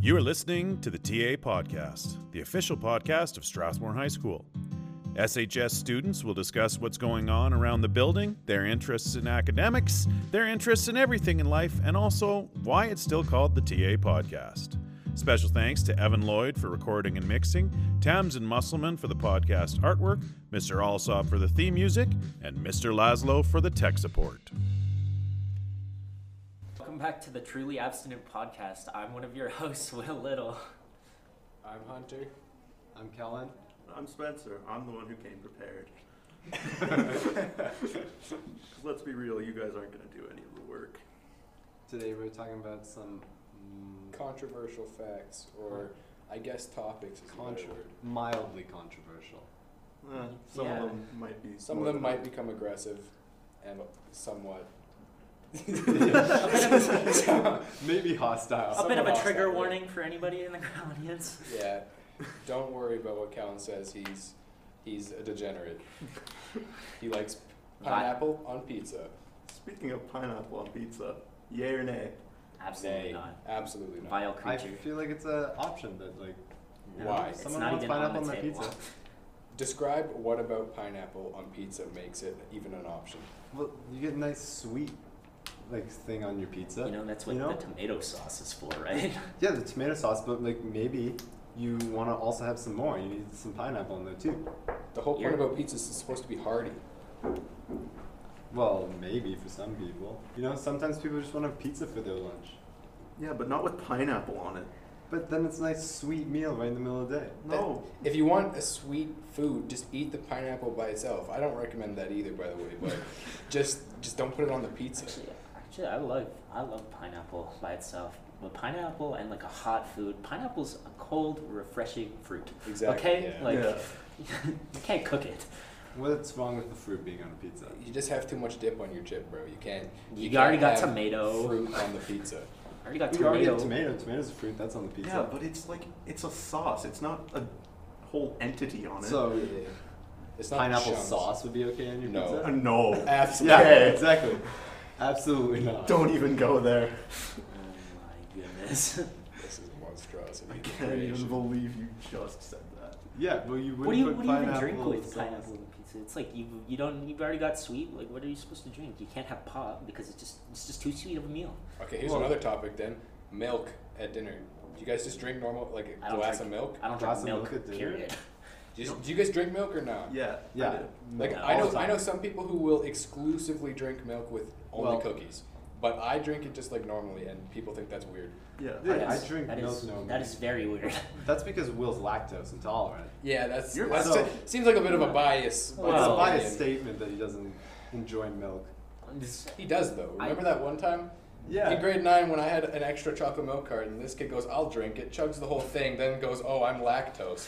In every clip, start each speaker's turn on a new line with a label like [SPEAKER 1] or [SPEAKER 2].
[SPEAKER 1] You are listening to the TA Podcast, the official podcast of Strathmore High School. SHS students will discuss what's going on around the building, their interests in academics, their interests in everything in life, and also why it's still called the TA Podcast. Special thanks to Evan Lloyd for recording and mixing, Tamsin Musselman for the podcast artwork, Mr. Alsop for the theme music, and Mr. Laszlo for the tech support.
[SPEAKER 2] Welcome back to the Truly Abstinent Podcast. I'm one of your hosts, Will Little.
[SPEAKER 3] I'm Hunter. I'm Kellen.
[SPEAKER 4] I'm Spencer. I'm the one who came prepared. 'Cause let's be real, you guys aren't going to do any of the work.
[SPEAKER 3] Today we're talking about some mm,
[SPEAKER 5] controversial facts or I guess topics is another
[SPEAKER 3] Contro-
[SPEAKER 5] word.
[SPEAKER 3] mildly controversial.
[SPEAKER 4] Eh, some
[SPEAKER 2] Yeah.
[SPEAKER 4] of them might be.
[SPEAKER 5] Some of
[SPEAKER 4] more
[SPEAKER 5] them
[SPEAKER 4] than
[SPEAKER 5] might
[SPEAKER 4] others.
[SPEAKER 5] become aggressive and somewhat
[SPEAKER 3] Maybe hostile.
[SPEAKER 2] A bit of
[SPEAKER 5] Someone
[SPEAKER 2] a
[SPEAKER 5] else
[SPEAKER 2] trigger
[SPEAKER 5] out there.
[SPEAKER 2] warning for anybody in the audience.
[SPEAKER 5] yeah. Don't worry about what Callan says. He's he's a degenerate. He likes pineapple on pizza.
[SPEAKER 4] Speaking of pineapple on pizza, yay or nay?
[SPEAKER 2] Absolutely
[SPEAKER 5] Nay,
[SPEAKER 2] not.
[SPEAKER 5] Absolutely not.
[SPEAKER 2] Vile
[SPEAKER 3] I
[SPEAKER 2] creature.
[SPEAKER 3] feel like it's an option that like
[SPEAKER 2] No,
[SPEAKER 5] Why?
[SPEAKER 2] It's
[SPEAKER 3] someone
[SPEAKER 2] not
[SPEAKER 3] wants
[SPEAKER 2] even on
[SPEAKER 3] pineapple
[SPEAKER 2] the
[SPEAKER 3] on their
[SPEAKER 2] table.
[SPEAKER 3] pizza.
[SPEAKER 5] Describe what about pineapple on pizza makes it even an option.
[SPEAKER 3] Well, you get a nice sweet like thing on your pizza.
[SPEAKER 2] You know, that's what
[SPEAKER 3] you know?
[SPEAKER 2] the tomato sauce is for, right?
[SPEAKER 3] yeah, the tomato sauce, but like maybe you want to also have some more. You need some pineapple in there too.
[SPEAKER 5] The whole point
[SPEAKER 2] You're-
[SPEAKER 5] about pizza is it's supposed to be hearty.
[SPEAKER 3] Well, maybe for some people. You know, sometimes people just want to have pizza for their lunch.
[SPEAKER 4] Yeah, but not with pineapple on it.
[SPEAKER 3] But then it's a nice sweet meal right in the middle of the day.
[SPEAKER 4] No.
[SPEAKER 5] If you want a sweet food, just eat the pineapple by itself. I don't recommend that either, by the way. But just just don't put it on the pizza.
[SPEAKER 2] actually, actually, I love I love pineapple by itself. But pineapple and like a hot food, pineapple's a cold, refreshing fruit.
[SPEAKER 5] Exactly,
[SPEAKER 2] Okay,
[SPEAKER 5] yeah.
[SPEAKER 2] like
[SPEAKER 4] Yeah.
[SPEAKER 2] you can't cook it.
[SPEAKER 3] What's wrong with the fruit being on a pizza?
[SPEAKER 5] You just have too much dip on your chip, bro. You can't.
[SPEAKER 2] You
[SPEAKER 5] can't
[SPEAKER 2] already got
[SPEAKER 5] have
[SPEAKER 2] tomato.
[SPEAKER 5] Fruit on the pizza.
[SPEAKER 2] I already got
[SPEAKER 3] We already have
[SPEAKER 2] tomato.
[SPEAKER 3] tomato. Tomato's a fruit. That's on the pizza.
[SPEAKER 4] Yeah, but it's like it's a sauce. It's not a whole entity on it.
[SPEAKER 3] so
[SPEAKER 5] It's not
[SPEAKER 3] pineapple
[SPEAKER 5] chunks.
[SPEAKER 3] sauce would be okay on your
[SPEAKER 5] No.
[SPEAKER 4] Uh,
[SPEAKER 3] pizza.
[SPEAKER 4] no,
[SPEAKER 5] Absolutely.
[SPEAKER 3] Yeah,
[SPEAKER 4] Okay.
[SPEAKER 3] exactly. Absolutely not.
[SPEAKER 4] don't even go there.
[SPEAKER 2] Oh my goodness.
[SPEAKER 5] This is monstrosity.
[SPEAKER 4] I can't even
[SPEAKER 5] creation.
[SPEAKER 4] believe you just said that.
[SPEAKER 3] Yeah, but you wouldn't
[SPEAKER 2] What do you,
[SPEAKER 3] put
[SPEAKER 2] what do you even
[SPEAKER 3] pineapple
[SPEAKER 2] drink with
[SPEAKER 3] sauce.
[SPEAKER 2] pineapple on pizza? It's like you you don't you've already got sweet. Like what are you supposed to drink? You can't have pop because it's just it's just too sweet of a meal.
[SPEAKER 5] Okay, here's
[SPEAKER 3] Well-
[SPEAKER 5] another topic then. Milk at dinner. Do you guys just drink normal, like
[SPEAKER 2] I
[SPEAKER 5] a
[SPEAKER 2] don't
[SPEAKER 5] glass
[SPEAKER 2] drink,
[SPEAKER 5] of milk?
[SPEAKER 2] I don't
[SPEAKER 3] Glass
[SPEAKER 2] drink
[SPEAKER 3] of
[SPEAKER 2] milk.
[SPEAKER 3] milk at dinner.
[SPEAKER 2] period.
[SPEAKER 5] Do you, do you guys drink milk or not?
[SPEAKER 4] Yeah. I
[SPEAKER 3] Yeah.
[SPEAKER 4] did.
[SPEAKER 5] Like
[SPEAKER 2] No,
[SPEAKER 5] I
[SPEAKER 3] all
[SPEAKER 5] know,
[SPEAKER 3] the
[SPEAKER 5] I know
[SPEAKER 3] time.
[SPEAKER 5] some people who will exclusively drink milk with only
[SPEAKER 3] Well-
[SPEAKER 5] cookies, but I drink it just like normally, and people think that's weird.
[SPEAKER 4] Yeah.
[SPEAKER 3] Yeah,
[SPEAKER 2] That
[SPEAKER 3] I
[SPEAKER 2] is-
[SPEAKER 3] drink
[SPEAKER 2] that
[SPEAKER 3] milk
[SPEAKER 2] is-
[SPEAKER 3] no
[SPEAKER 2] That
[SPEAKER 3] milk.
[SPEAKER 2] is very weird.
[SPEAKER 3] That's because Will's lactose intolerant.
[SPEAKER 5] Yeah, that's,
[SPEAKER 4] You're
[SPEAKER 5] that's
[SPEAKER 3] so-
[SPEAKER 5] seems like a bit of a bias.
[SPEAKER 2] Well,
[SPEAKER 3] it's a
[SPEAKER 2] Wow.
[SPEAKER 3] biased
[SPEAKER 5] opinion.
[SPEAKER 3] statement that he doesn't enjoy milk.
[SPEAKER 5] He does though.
[SPEAKER 2] I-
[SPEAKER 5] Remember that one time?
[SPEAKER 3] Yeah.
[SPEAKER 5] In grade nine, when I had an extra chocolate milk card, and this kid goes, "I'll drink it," chugs the whole thing, then goes, "Oh, I'm lactose,"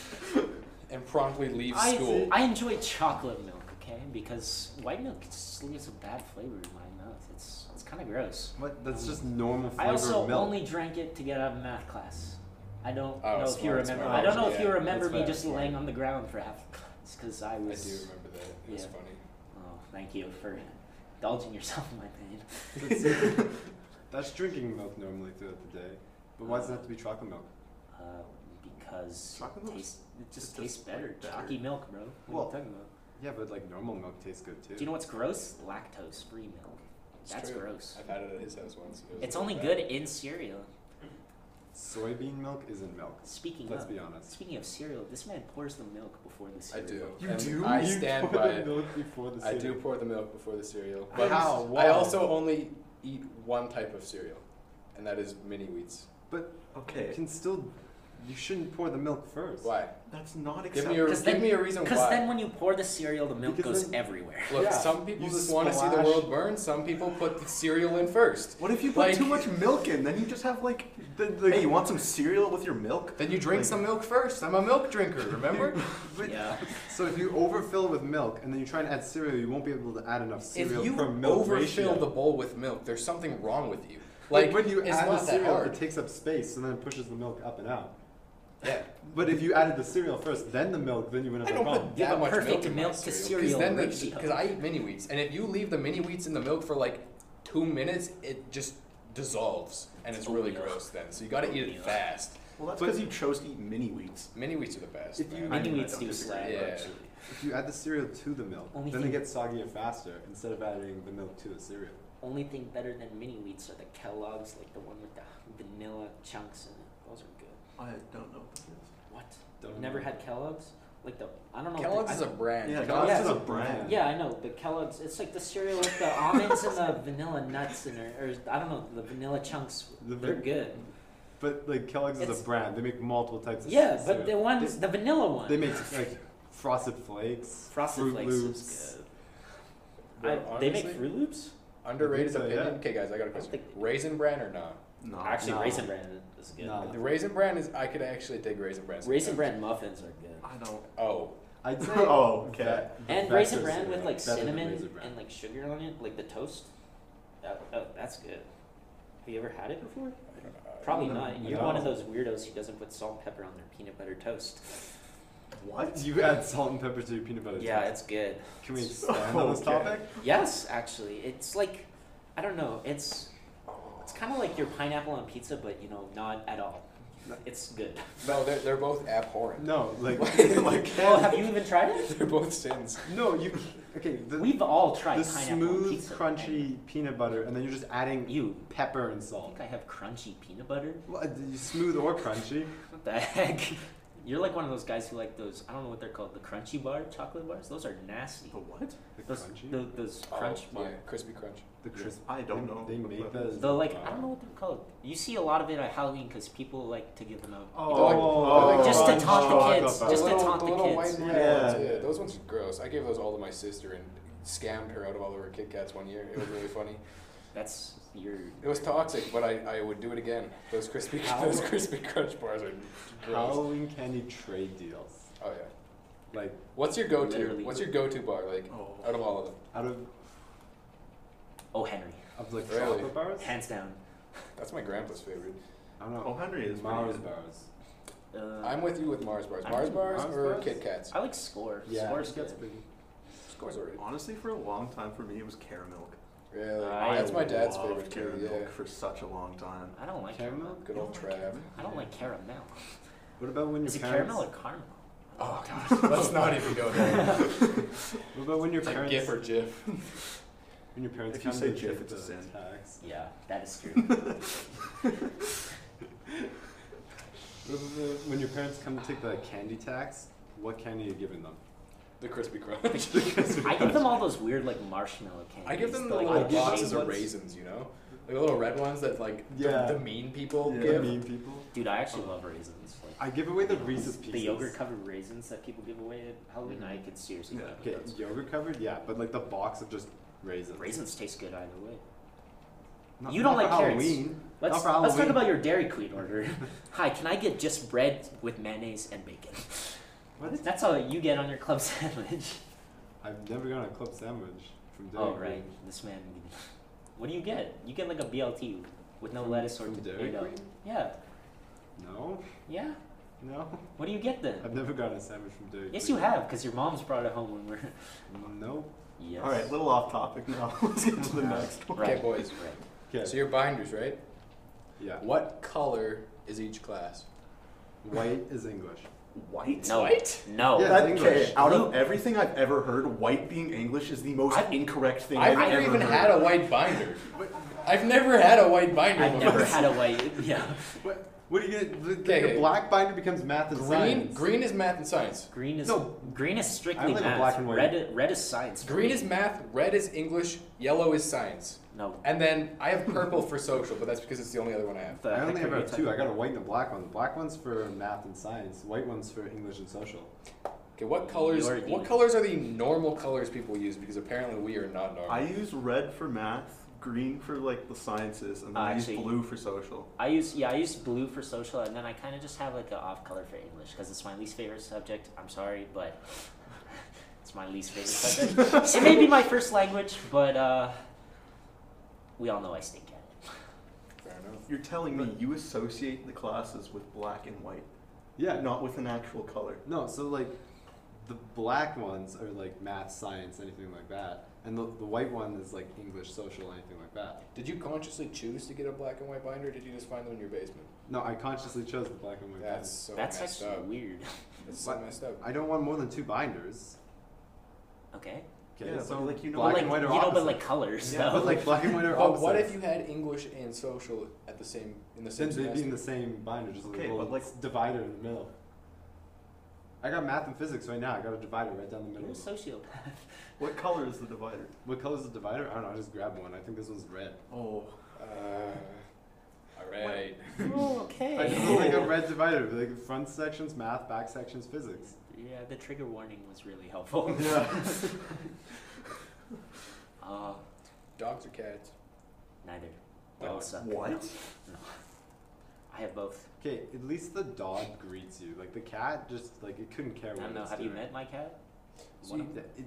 [SPEAKER 5] and promptly leaves
[SPEAKER 2] I,
[SPEAKER 5] school.
[SPEAKER 2] I enjoy chocolate milk, okay? Because white milk just leaves a bad flavor in my mouth. It's it's kind of gross.
[SPEAKER 3] What? That's just normal flavor
[SPEAKER 2] I also
[SPEAKER 3] of milk.
[SPEAKER 2] only drank it to get out of math class. I don't
[SPEAKER 5] Oh,
[SPEAKER 2] know if you
[SPEAKER 5] smart,
[SPEAKER 2] remember.
[SPEAKER 5] smart.
[SPEAKER 2] I don't know if
[SPEAKER 5] Yeah,
[SPEAKER 2] you remember
[SPEAKER 5] that's
[SPEAKER 2] me
[SPEAKER 5] fair,
[SPEAKER 2] just
[SPEAKER 5] smart.
[SPEAKER 2] laying on the ground for half the class because I
[SPEAKER 5] I do
[SPEAKER 2] was.
[SPEAKER 5] remember that. It was
[SPEAKER 2] Yeah.
[SPEAKER 5] funny.
[SPEAKER 2] Oh, thank you for indulging yourself in my pain.
[SPEAKER 3] That's- That's drinking milk normally throughout the day. But why does it have to be chocolate milk?
[SPEAKER 2] Uh, because it
[SPEAKER 4] Chocolate milk's-
[SPEAKER 2] tastes, it just
[SPEAKER 4] it
[SPEAKER 2] tastes
[SPEAKER 4] tastes
[SPEAKER 2] better.
[SPEAKER 4] better.
[SPEAKER 2] Chalky milk, bro. What are
[SPEAKER 3] Well,
[SPEAKER 2] you talking about?
[SPEAKER 3] Yeah, but like normal milk tastes good too.
[SPEAKER 2] Do you know what's gross? Lactose free milk.
[SPEAKER 5] It's
[SPEAKER 2] That's
[SPEAKER 5] true.
[SPEAKER 2] gross.
[SPEAKER 5] I've had it at his house once. It was
[SPEAKER 2] It's
[SPEAKER 5] really
[SPEAKER 2] only
[SPEAKER 5] bad.
[SPEAKER 2] good in cereal.
[SPEAKER 3] Soybean milk isn't milk.
[SPEAKER 2] Speaking
[SPEAKER 3] Let's
[SPEAKER 2] of,
[SPEAKER 3] be honest.
[SPEAKER 2] Speaking of cereal, this man pours the milk before the
[SPEAKER 5] I
[SPEAKER 2] cereal.
[SPEAKER 5] do.
[SPEAKER 4] You
[SPEAKER 5] and
[SPEAKER 4] do?
[SPEAKER 5] I
[SPEAKER 3] You
[SPEAKER 5] stand
[SPEAKER 3] pour
[SPEAKER 5] by
[SPEAKER 3] the
[SPEAKER 5] it.
[SPEAKER 3] Milk before the
[SPEAKER 5] I do
[SPEAKER 3] cereal.
[SPEAKER 5] pour the milk before the cereal,
[SPEAKER 2] I
[SPEAKER 5] but
[SPEAKER 3] How?
[SPEAKER 5] I
[SPEAKER 3] Why?
[SPEAKER 5] also only eat one type of cereal, and that is mini wheats.
[SPEAKER 3] But you
[SPEAKER 4] Okay.
[SPEAKER 3] can still. You shouldn't pour the milk first.
[SPEAKER 5] Why?
[SPEAKER 4] That's not
[SPEAKER 5] Give
[SPEAKER 4] acceptable.
[SPEAKER 5] me a, give
[SPEAKER 2] Because then-
[SPEAKER 5] me a reason
[SPEAKER 2] Because
[SPEAKER 5] why.
[SPEAKER 2] then when you pour the cereal, the milk
[SPEAKER 3] Because
[SPEAKER 2] goes
[SPEAKER 3] then-
[SPEAKER 2] everywhere.
[SPEAKER 5] Look,
[SPEAKER 3] Yeah.
[SPEAKER 5] some people
[SPEAKER 3] You
[SPEAKER 5] just want to see the
[SPEAKER 3] splash.
[SPEAKER 5] world burn. Some people put the cereal in first.
[SPEAKER 4] What if you put
[SPEAKER 5] Like-
[SPEAKER 4] too much milk in? Then you just have like,
[SPEAKER 3] Then, like-
[SPEAKER 4] hey, you want some cereal with your milk?
[SPEAKER 5] Then you drink
[SPEAKER 4] Like-
[SPEAKER 5] some milk first. I'm a milk drinker, remember?
[SPEAKER 3] But-
[SPEAKER 2] Yeah.
[SPEAKER 3] So if you overfill with milk and then you try and add cereal, you won't be able to add enough
[SPEAKER 5] if
[SPEAKER 3] cereal
[SPEAKER 5] you
[SPEAKER 3] per milk
[SPEAKER 5] overfill
[SPEAKER 3] ratio.
[SPEAKER 5] the bowl with milk, there's something wrong with you.
[SPEAKER 3] Like,
[SPEAKER 5] Like
[SPEAKER 3] when you
[SPEAKER 5] it's
[SPEAKER 3] add
[SPEAKER 5] not
[SPEAKER 3] the
[SPEAKER 5] that
[SPEAKER 3] cereal,
[SPEAKER 5] hard.
[SPEAKER 3] it takes up space and then it pushes the milk up and out.
[SPEAKER 5] yeah.
[SPEAKER 3] But if you added the cereal first, then the milk, then you wouldn't
[SPEAKER 5] I
[SPEAKER 3] have
[SPEAKER 5] don't
[SPEAKER 3] a problem.
[SPEAKER 5] put
[SPEAKER 2] Yeah,
[SPEAKER 5] that
[SPEAKER 2] but
[SPEAKER 5] much
[SPEAKER 2] perfect
[SPEAKER 5] milk in
[SPEAKER 2] milk
[SPEAKER 5] my
[SPEAKER 2] to
[SPEAKER 5] cereal
[SPEAKER 2] cereal
[SPEAKER 5] because
[SPEAKER 2] ratio.
[SPEAKER 5] then because I eat mini wheats, and if you leave the mini wheats in the milk for like two minutes, it just dissolves, and it's really
[SPEAKER 2] Oatmeal.
[SPEAKER 5] gross. Then so you got to eat it
[SPEAKER 2] Oatmeal.
[SPEAKER 5] fast.
[SPEAKER 4] Well, that's
[SPEAKER 3] But-
[SPEAKER 4] because you chose to eat mini wheats.
[SPEAKER 5] Mini wheats are the best.
[SPEAKER 4] If you-
[SPEAKER 5] man.
[SPEAKER 4] I
[SPEAKER 2] Mini
[SPEAKER 4] mean, I
[SPEAKER 2] wheats
[SPEAKER 4] don't
[SPEAKER 2] do
[SPEAKER 4] disagree.
[SPEAKER 2] slap,
[SPEAKER 5] Yeah.
[SPEAKER 2] actually.
[SPEAKER 3] If you add the cereal to the milk,
[SPEAKER 2] Only
[SPEAKER 3] then
[SPEAKER 2] thing-
[SPEAKER 3] it gets soggy faster instead of adding the milk to the cereal.
[SPEAKER 2] Only thing better than mini wheats are the Kellogg's, like the one with the vanilla chunks in it. Those are good.
[SPEAKER 4] I don't know what this is.
[SPEAKER 2] What?
[SPEAKER 3] Don't
[SPEAKER 2] You've never
[SPEAKER 3] know.
[SPEAKER 2] had Kellogg's? Like the I don't know.
[SPEAKER 5] Kellogg's
[SPEAKER 2] the,
[SPEAKER 5] is a brand.
[SPEAKER 4] Yeah,
[SPEAKER 2] Kellogg's
[SPEAKER 4] Kellogg's
[SPEAKER 2] yeah.
[SPEAKER 4] is a brand.
[SPEAKER 2] Yeah, I know. The Kellogg's, it's like the cereal with the almonds and the vanilla nuts in it, or I don't know, the vanilla chunks.
[SPEAKER 3] The
[SPEAKER 2] They're
[SPEAKER 3] van-
[SPEAKER 2] good.
[SPEAKER 3] But like Kellogg's is
[SPEAKER 2] It's-
[SPEAKER 3] a brand. They make multiple types of
[SPEAKER 2] Yeah,
[SPEAKER 3] cereal.
[SPEAKER 2] but the ones, the vanilla one.
[SPEAKER 3] They, they make like Frosted Flakes,
[SPEAKER 2] Frosted
[SPEAKER 3] Fruit
[SPEAKER 2] Flakes
[SPEAKER 3] Loops.
[SPEAKER 2] is good.
[SPEAKER 5] Bro,
[SPEAKER 2] I- they make
[SPEAKER 5] honestly,
[SPEAKER 2] Fruit Loops.
[SPEAKER 5] Underrated
[SPEAKER 3] I think so,
[SPEAKER 5] opinion.
[SPEAKER 3] yeah.
[SPEAKER 5] Okay, guys, I got a question.
[SPEAKER 2] think-
[SPEAKER 5] Raisin bran or not?
[SPEAKER 4] No.
[SPEAKER 2] Actually,
[SPEAKER 3] no.
[SPEAKER 2] Raisin Bran is good.
[SPEAKER 3] No.
[SPEAKER 5] The raisin bran is. I could actually dig raisin bran.
[SPEAKER 2] Raisin
[SPEAKER 5] sometimes.
[SPEAKER 2] Bran muffins are good.
[SPEAKER 4] I don't.
[SPEAKER 5] Oh,
[SPEAKER 3] I'd say.
[SPEAKER 4] Oh, okay.
[SPEAKER 3] that-
[SPEAKER 2] And
[SPEAKER 3] that
[SPEAKER 2] Raisin
[SPEAKER 3] goes
[SPEAKER 2] Bran
[SPEAKER 3] to
[SPEAKER 2] with
[SPEAKER 3] that.
[SPEAKER 2] like
[SPEAKER 3] Better than
[SPEAKER 2] cinnamon
[SPEAKER 3] Raisin Bran.
[SPEAKER 2] and like sugar on it, like the toast. That, that, that's good. Have you ever had it before? Probably
[SPEAKER 4] no,
[SPEAKER 2] not. You're one of
[SPEAKER 3] no.
[SPEAKER 2] those weirdos who doesn't put salt and pepper on their peanut butter toast.
[SPEAKER 4] What?
[SPEAKER 3] You add salt and pepper to your peanut butter.
[SPEAKER 2] Yeah,
[SPEAKER 3] toast.
[SPEAKER 2] it's good.
[SPEAKER 3] Can we expand on this
[SPEAKER 4] Okay.
[SPEAKER 3] topic?
[SPEAKER 2] Yes, actually, it's like I don't know. It's it's kind of like your pineapple on pizza, but you know, not at all. It's good.
[SPEAKER 5] no, they're, they're both abhorrent.
[SPEAKER 3] No, like, like
[SPEAKER 2] Well, have you even tried it?
[SPEAKER 5] They're both sins.
[SPEAKER 3] no, you okay. The,
[SPEAKER 2] We've all tried
[SPEAKER 3] the
[SPEAKER 2] pineapple on
[SPEAKER 3] smooth,
[SPEAKER 2] pizza.
[SPEAKER 3] crunchy peanut butter, and then you're just adding
[SPEAKER 2] You.
[SPEAKER 3] pepper and
[SPEAKER 2] I
[SPEAKER 3] salt.
[SPEAKER 2] think I have crunchy peanut butter.
[SPEAKER 3] Well, uh, smooth or crunchy?
[SPEAKER 2] What the heck? You're like one of those guys who like those. I don't know what they're called. The crunchy bar chocolate bars. Those are nasty.
[SPEAKER 4] The what?
[SPEAKER 3] The
[SPEAKER 2] Those
[SPEAKER 3] crunchy,
[SPEAKER 2] tho- those crunch
[SPEAKER 5] oh, yeah,
[SPEAKER 2] bar.
[SPEAKER 5] crispy crunch.
[SPEAKER 3] the crisp.
[SPEAKER 4] I don't know.
[SPEAKER 3] They, they make those.
[SPEAKER 2] The like I don't know what they're called. You see a lot of it at Halloween because people like to give them out.
[SPEAKER 5] Oh,
[SPEAKER 2] Like, just to
[SPEAKER 3] crunch
[SPEAKER 2] taunt the
[SPEAKER 3] chocolate
[SPEAKER 2] kids,
[SPEAKER 3] bar.
[SPEAKER 2] just
[SPEAKER 5] the
[SPEAKER 2] to
[SPEAKER 5] little,
[SPEAKER 2] taunt
[SPEAKER 5] the
[SPEAKER 2] the
[SPEAKER 5] little
[SPEAKER 2] kids.
[SPEAKER 5] white
[SPEAKER 3] Yeah.
[SPEAKER 5] ones. Yeah, those ones are gross. I gave those all to my sister and scammed her out of all of her Kit Kats one year. It was really funny.
[SPEAKER 2] That's your.
[SPEAKER 5] It was toxic, but I, I would do it again. Those crispy
[SPEAKER 3] How-
[SPEAKER 5] those crispy crunch bars are gross.
[SPEAKER 3] Halloween candy trade deals.
[SPEAKER 5] Oh yeah.
[SPEAKER 3] Like
[SPEAKER 5] What's your go-to?
[SPEAKER 2] Literally.
[SPEAKER 5] What's your go-to bar like
[SPEAKER 4] Oh.
[SPEAKER 5] out of all of them?
[SPEAKER 3] out of
[SPEAKER 2] Oh Henry,
[SPEAKER 3] of like
[SPEAKER 5] Really?
[SPEAKER 3] chocolate bars.
[SPEAKER 2] hands down.
[SPEAKER 5] That's my grandpa's favorite.
[SPEAKER 3] I don't know.
[SPEAKER 4] Oh, Henry is
[SPEAKER 3] Mars
[SPEAKER 4] pretty good.
[SPEAKER 3] bars.
[SPEAKER 2] Uh,
[SPEAKER 5] I'm with you with Mars bars.
[SPEAKER 2] I'm
[SPEAKER 5] Mars
[SPEAKER 2] with
[SPEAKER 5] bars
[SPEAKER 3] Mars
[SPEAKER 5] or
[SPEAKER 3] bars.
[SPEAKER 5] Kit Kats?
[SPEAKER 2] I like score.
[SPEAKER 3] Yeah,
[SPEAKER 2] Score's
[SPEAKER 3] it gets
[SPEAKER 2] good.
[SPEAKER 3] pretty.
[SPEAKER 5] Scores already.
[SPEAKER 4] Honestly, for a long time, for me, it was caramel.
[SPEAKER 5] Really?
[SPEAKER 2] I
[SPEAKER 5] That's my dad's
[SPEAKER 4] loved
[SPEAKER 5] favorite too.
[SPEAKER 4] Caramel
[SPEAKER 5] Yeah.
[SPEAKER 4] for such a long time.
[SPEAKER 2] I don't like caramel.
[SPEAKER 3] Caramel.
[SPEAKER 5] Good old Trav.
[SPEAKER 2] I don't like caramel.
[SPEAKER 3] What about when your
[SPEAKER 2] Is it
[SPEAKER 3] parents?
[SPEAKER 2] caramel or caramel?
[SPEAKER 5] Oh gosh, let's not even go there.
[SPEAKER 3] What about when your
[SPEAKER 5] It's like
[SPEAKER 3] parents?
[SPEAKER 5] GIF or JIF.
[SPEAKER 3] When your parents
[SPEAKER 4] If you
[SPEAKER 3] come
[SPEAKER 4] say
[SPEAKER 3] to
[SPEAKER 4] Jif,
[SPEAKER 3] take
[SPEAKER 4] it's a
[SPEAKER 3] the
[SPEAKER 4] sin.
[SPEAKER 3] tax.
[SPEAKER 2] Yeah, that is true.
[SPEAKER 3] What about When your parents come to take the candy tax, what candy are you giving them?
[SPEAKER 5] The crispy crunch.
[SPEAKER 2] I give them all those weird like marshmallow candies.
[SPEAKER 5] I give them the
[SPEAKER 2] like,
[SPEAKER 5] little
[SPEAKER 3] give them
[SPEAKER 5] boxes of
[SPEAKER 3] ones-
[SPEAKER 5] raisins, you know, like the little red ones that like the-
[SPEAKER 3] Yeah.
[SPEAKER 5] the, mean people
[SPEAKER 3] Yeah,
[SPEAKER 5] give.
[SPEAKER 3] mean people.
[SPEAKER 2] Dude, I actually love raisins. Like
[SPEAKER 3] I give away the Reese's pieces.
[SPEAKER 2] the yogurt covered raisins that people give away at Halloween.
[SPEAKER 5] Mhm.
[SPEAKER 2] I could seriously.
[SPEAKER 4] Yeah.
[SPEAKER 2] live with
[SPEAKER 3] Okay,
[SPEAKER 2] those.
[SPEAKER 3] yogurt covered, yeah, but like the box of just raisins.
[SPEAKER 2] Raisins taste good either way.
[SPEAKER 3] Not,
[SPEAKER 2] You don't
[SPEAKER 3] not
[SPEAKER 2] like
[SPEAKER 3] for
[SPEAKER 2] carrots.
[SPEAKER 3] Halloween.
[SPEAKER 2] Let's
[SPEAKER 3] for
[SPEAKER 2] let's talk
[SPEAKER 3] Halloween.
[SPEAKER 2] about your Dairy Queen order. Hi, can I get just bread with mayonnaise and bacon?
[SPEAKER 3] What?
[SPEAKER 2] That's all you get on your club sandwich.
[SPEAKER 3] I've never gotten a club sandwich from Dairy
[SPEAKER 2] Oh
[SPEAKER 3] Queen.
[SPEAKER 2] right, this man. What do you get? You get like a BLT with no lettuce or
[SPEAKER 3] from Dairy
[SPEAKER 2] tomato.
[SPEAKER 3] Queen?
[SPEAKER 2] Yeah,
[SPEAKER 3] No,
[SPEAKER 2] yeah.
[SPEAKER 3] no,
[SPEAKER 2] What do you get then?
[SPEAKER 3] I've never gotten a sandwich from Dairy
[SPEAKER 2] Yes, you
[SPEAKER 3] Queen.
[SPEAKER 2] have, because your mom's brought it home when we're.
[SPEAKER 3] No.
[SPEAKER 2] Yes. Uh,
[SPEAKER 4] All right, little off topic now. Let's get to the next one.
[SPEAKER 2] Right.
[SPEAKER 5] Okay, boys.
[SPEAKER 2] Right.
[SPEAKER 3] Okay.
[SPEAKER 5] So your binders, right?
[SPEAKER 3] yeah.
[SPEAKER 5] What color is each class?
[SPEAKER 3] White is English.
[SPEAKER 4] White?
[SPEAKER 2] No. No.
[SPEAKER 3] Yeah,
[SPEAKER 4] That-
[SPEAKER 3] it's
[SPEAKER 4] okay,
[SPEAKER 3] English.
[SPEAKER 4] out
[SPEAKER 2] Blue-
[SPEAKER 4] of everything I've ever heard, white being English is the most
[SPEAKER 2] I've-
[SPEAKER 4] incorrect thing
[SPEAKER 5] I've
[SPEAKER 4] I've,
[SPEAKER 5] never
[SPEAKER 4] ever
[SPEAKER 5] even
[SPEAKER 4] heard.
[SPEAKER 5] had a white binder. I've never had a white binder.
[SPEAKER 2] I've
[SPEAKER 5] before.
[SPEAKER 2] never had a white. Yeah.
[SPEAKER 3] What? What do you get? The,
[SPEAKER 5] Okay,
[SPEAKER 3] your
[SPEAKER 5] okay.
[SPEAKER 3] black binder becomes math and
[SPEAKER 5] green.
[SPEAKER 3] science.
[SPEAKER 5] Green is math and science.
[SPEAKER 2] Green is
[SPEAKER 3] No.
[SPEAKER 2] green is
[SPEAKER 3] I
[SPEAKER 2] strictly
[SPEAKER 3] like the
[SPEAKER 2] math.
[SPEAKER 3] black and white.
[SPEAKER 2] Red, red is science. for
[SPEAKER 5] Green
[SPEAKER 2] me.
[SPEAKER 5] is math. Red is English. Yellow is science.
[SPEAKER 2] no.
[SPEAKER 5] And then I have purple for social, but that's because it's the only other one I have.
[SPEAKER 2] The
[SPEAKER 3] I
[SPEAKER 2] heck
[SPEAKER 3] only
[SPEAKER 2] are
[SPEAKER 3] ever
[SPEAKER 2] you
[SPEAKER 3] have
[SPEAKER 2] talking-
[SPEAKER 3] two. I got a white and a black one. The black one's for math and science. White one's for English and social.
[SPEAKER 5] Okay, what colors?
[SPEAKER 2] You're
[SPEAKER 5] What
[SPEAKER 2] the-
[SPEAKER 5] colors are the normal colors people use? Because apparently we are not normal.
[SPEAKER 4] I use red for math, green for like the sciences, and then
[SPEAKER 2] Uh,
[SPEAKER 4] I use
[SPEAKER 2] actually-
[SPEAKER 4] blue for social.
[SPEAKER 2] I use yeah I use blue for social and then I kind of just have like an off color for English because it's my least favorite subject. I'm sorry, but it's my least favorite subject. it may be my first language, but uh, we all know I stink at it.
[SPEAKER 5] Fair enough.
[SPEAKER 4] You're telling me you associate the classes with black and white,
[SPEAKER 3] Yeah.
[SPEAKER 4] not with an actual color.
[SPEAKER 3] No. So like, the black ones are like math, science, anything like that, and the, the white one is like English, social, anything like that.
[SPEAKER 5] Did you consciously choose to get a black and white binder? Or did you just find them in your basement?
[SPEAKER 3] No, I consciously chose the black and white.
[SPEAKER 5] That's so
[SPEAKER 2] That's
[SPEAKER 5] messed
[SPEAKER 2] actually
[SPEAKER 5] up.
[SPEAKER 2] weird.
[SPEAKER 5] That's so
[SPEAKER 3] What?
[SPEAKER 5] messed up.
[SPEAKER 3] binder. I don't want more than two binders.
[SPEAKER 2] Okay.
[SPEAKER 3] Okay,
[SPEAKER 4] Yeah, but,
[SPEAKER 3] so
[SPEAKER 4] like, you know-
[SPEAKER 2] but
[SPEAKER 3] black
[SPEAKER 2] like,
[SPEAKER 3] and white are
[SPEAKER 2] you
[SPEAKER 3] opposite.
[SPEAKER 2] know, but like colors.
[SPEAKER 4] Yeah,
[SPEAKER 2] though.
[SPEAKER 3] But like black and white are
[SPEAKER 5] But
[SPEAKER 3] opposite.
[SPEAKER 5] what if you had English and social at the same in the same
[SPEAKER 3] Since they'd be in
[SPEAKER 5] semester?
[SPEAKER 3] the same binder, just
[SPEAKER 4] Okay,
[SPEAKER 3] a little
[SPEAKER 4] but, like-
[SPEAKER 3] divider in the middle. I got math and physics right now. I got a divider right down the
[SPEAKER 2] You're a
[SPEAKER 3] middle.
[SPEAKER 2] sociopath.
[SPEAKER 4] What color is the divider?
[SPEAKER 3] What color is the divider? I don't know. I just grabbed one. I think this one's red.
[SPEAKER 4] Oh.
[SPEAKER 5] Uh, all right.
[SPEAKER 2] Oh,
[SPEAKER 3] I
[SPEAKER 2] okay.
[SPEAKER 3] just look like a red divider. but, Like front sections math, back sections physics.
[SPEAKER 2] Yeah, the trigger warning was really helpful.
[SPEAKER 3] Yeah.
[SPEAKER 2] Uh,
[SPEAKER 5] Dogs or cats?
[SPEAKER 2] neither. They
[SPEAKER 5] Dog.
[SPEAKER 2] both suck.
[SPEAKER 4] What?
[SPEAKER 2] No. No. I have both.
[SPEAKER 3] Okay, at least the dog greets you. Like the cat, just like it couldn't care
[SPEAKER 2] I
[SPEAKER 3] what.
[SPEAKER 2] don't know.
[SPEAKER 3] it's
[SPEAKER 2] Have you
[SPEAKER 3] doing.
[SPEAKER 2] met my cat?
[SPEAKER 3] So
[SPEAKER 2] One
[SPEAKER 3] you,
[SPEAKER 2] of them.
[SPEAKER 3] it,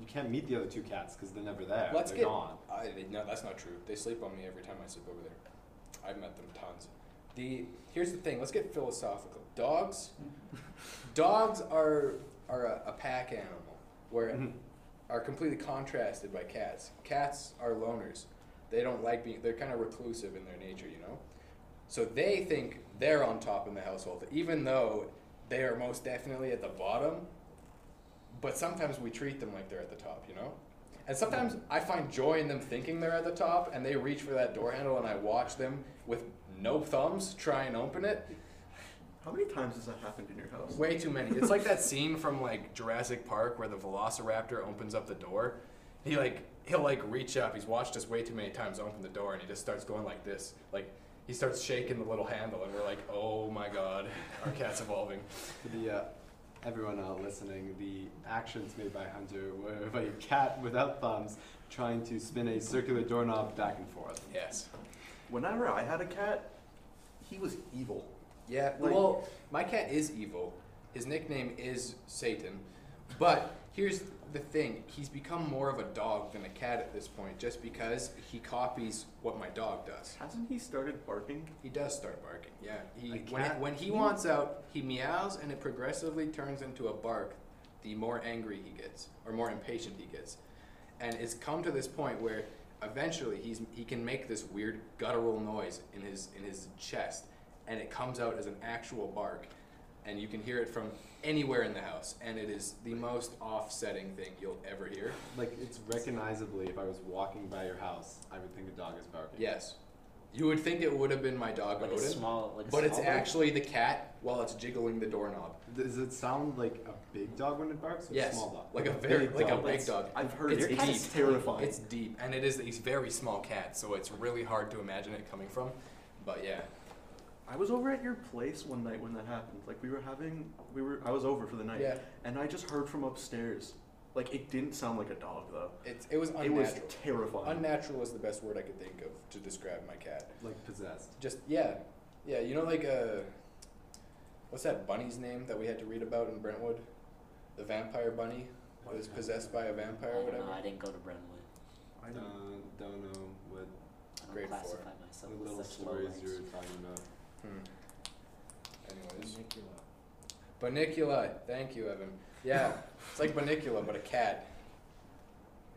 [SPEAKER 3] you can't meet the other two cats because they're never there.
[SPEAKER 5] Let's
[SPEAKER 3] they're
[SPEAKER 5] get-
[SPEAKER 3] gone.
[SPEAKER 5] I, no, that's not true. They sleep on me every time I sleep over there. I've met them tons. The here's the thing. Let's get philosophical. Dogs, dogs are are a, a pack animal, where
[SPEAKER 3] Mhm.
[SPEAKER 5] are completely contrasted by cats. Cats are loners. They don't like being. They're kind of reclusive in their nature, you know. So they think they're on top in the household, even though they are most definitely at the bottom. But sometimes we treat them like they're at the top, you know? And sometimes I find joy in them thinking they're at the top and they reach for that door handle and I watch them with no thumbs try and open it.
[SPEAKER 4] How many times has that happened in your house?
[SPEAKER 5] Way too many. It's like that scene from like Jurassic Park where the velociraptor opens up the door. He like he'll like reach up. He's watched us way too many times open the door and he just starts going like this. Like he starts shaking the little handle and we're like, "Oh my god, our cat's evolving."
[SPEAKER 3] For the uh, everyone uh, listening, the actions made by Hunter were of a cat without thumbs trying to spin a circular doorknob back and forth.
[SPEAKER 5] Yes.
[SPEAKER 4] Whenever I had a cat, he was evil.
[SPEAKER 5] Yeah,
[SPEAKER 4] Like-
[SPEAKER 5] well, my cat is evil. His nickname is Satan. But here's the thing he's become more of a dog than a cat at this point just because he copies what my dog does.
[SPEAKER 4] Hasn't he started barking?
[SPEAKER 5] He does start barking, yeah. He,
[SPEAKER 3] A
[SPEAKER 5] when,
[SPEAKER 3] cat-
[SPEAKER 5] when he wants out, he meows and it progressively turns into a bark the more angry he gets or more impatient he gets. And it's come to this point where eventually he's, he can make this weird guttural noise in his, in his chest and it comes out as an actual bark. And you can hear it from anywhere in the house. And it is the most offsetting thing you'll ever hear.
[SPEAKER 3] Like, it's recognizably if I was walking by your house, I would think a dog is barking.
[SPEAKER 5] Yes. You would think it would have been my dog
[SPEAKER 2] Like a
[SPEAKER 5] Odin.
[SPEAKER 2] small, like a
[SPEAKER 5] But it's
[SPEAKER 2] small-
[SPEAKER 5] actually the cat while it's jiggling the doorknob.
[SPEAKER 3] Does it sound like a big dog when it barks or
[SPEAKER 5] Yes,
[SPEAKER 3] a small dog?
[SPEAKER 5] like a very-
[SPEAKER 3] big
[SPEAKER 5] like a
[SPEAKER 3] dog.
[SPEAKER 5] big dog.
[SPEAKER 4] I've heard
[SPEAKER 5] It's
[SPEAKER 4] it's,
[SPEAKER 5] deep.
[SPEAKER 4] it's terrifying.
[SPEAKER 5] It's deep, and it is he's very small cat, so it's really hard to imagine it coming from. But yeah,
[SPEAKER 4] I was over at your place one night when that happened. Like we were having, we were. I was over for the night,
[SPEAKER 5] Yeah.
[SPEAKER 4] and I just heard from upstairs. Like it didn't sound like a dog though.
[SPEAKER 5] it's it was
[SPEAKER 4] It was
[SPEAKER 5] unnatural.
[SPEAKER 4] terrifying.
[SPEAKER 5] unnatural is the best word I could think of to describe my cat.
[SPEAKER 3] Like possessed.
[SPEAKER 5] Just yeah, yeah. You know, like uh, what's that bunny's name that we had to read about in Brentwood? The vampire bunny that was possessed by
[SPEAKER 2] I
[SPEAKER 5] a vampire or
[SPEAKER 2] don't
[SPEAKER 5] whatever.
[SPEAKER 2] know. I didn't go to Brentwood.
[SPEAKER 4] I
[SPEAKER 3] Uh,
[SPEAKER 4] don't.
[SPEAKER 3] don't know what
[SPEAKER 2] I don't
[SPEAKER 5] Grade four.
[SPEAKER 2] classify myself
[SPEAKER 3] the
[SPEAKER 2] as
[SPEAKER 3] little
[SPEAKER 2] such low
[SPEAKER 3] stories
[SPEAKER 2] ranks.
[SPEAKER 3] you were talking about.
[SPEAKER 5] Hmm. Anyways. Banicula. Thank you, Evan. Yeah, it's like Banicula, but a cat.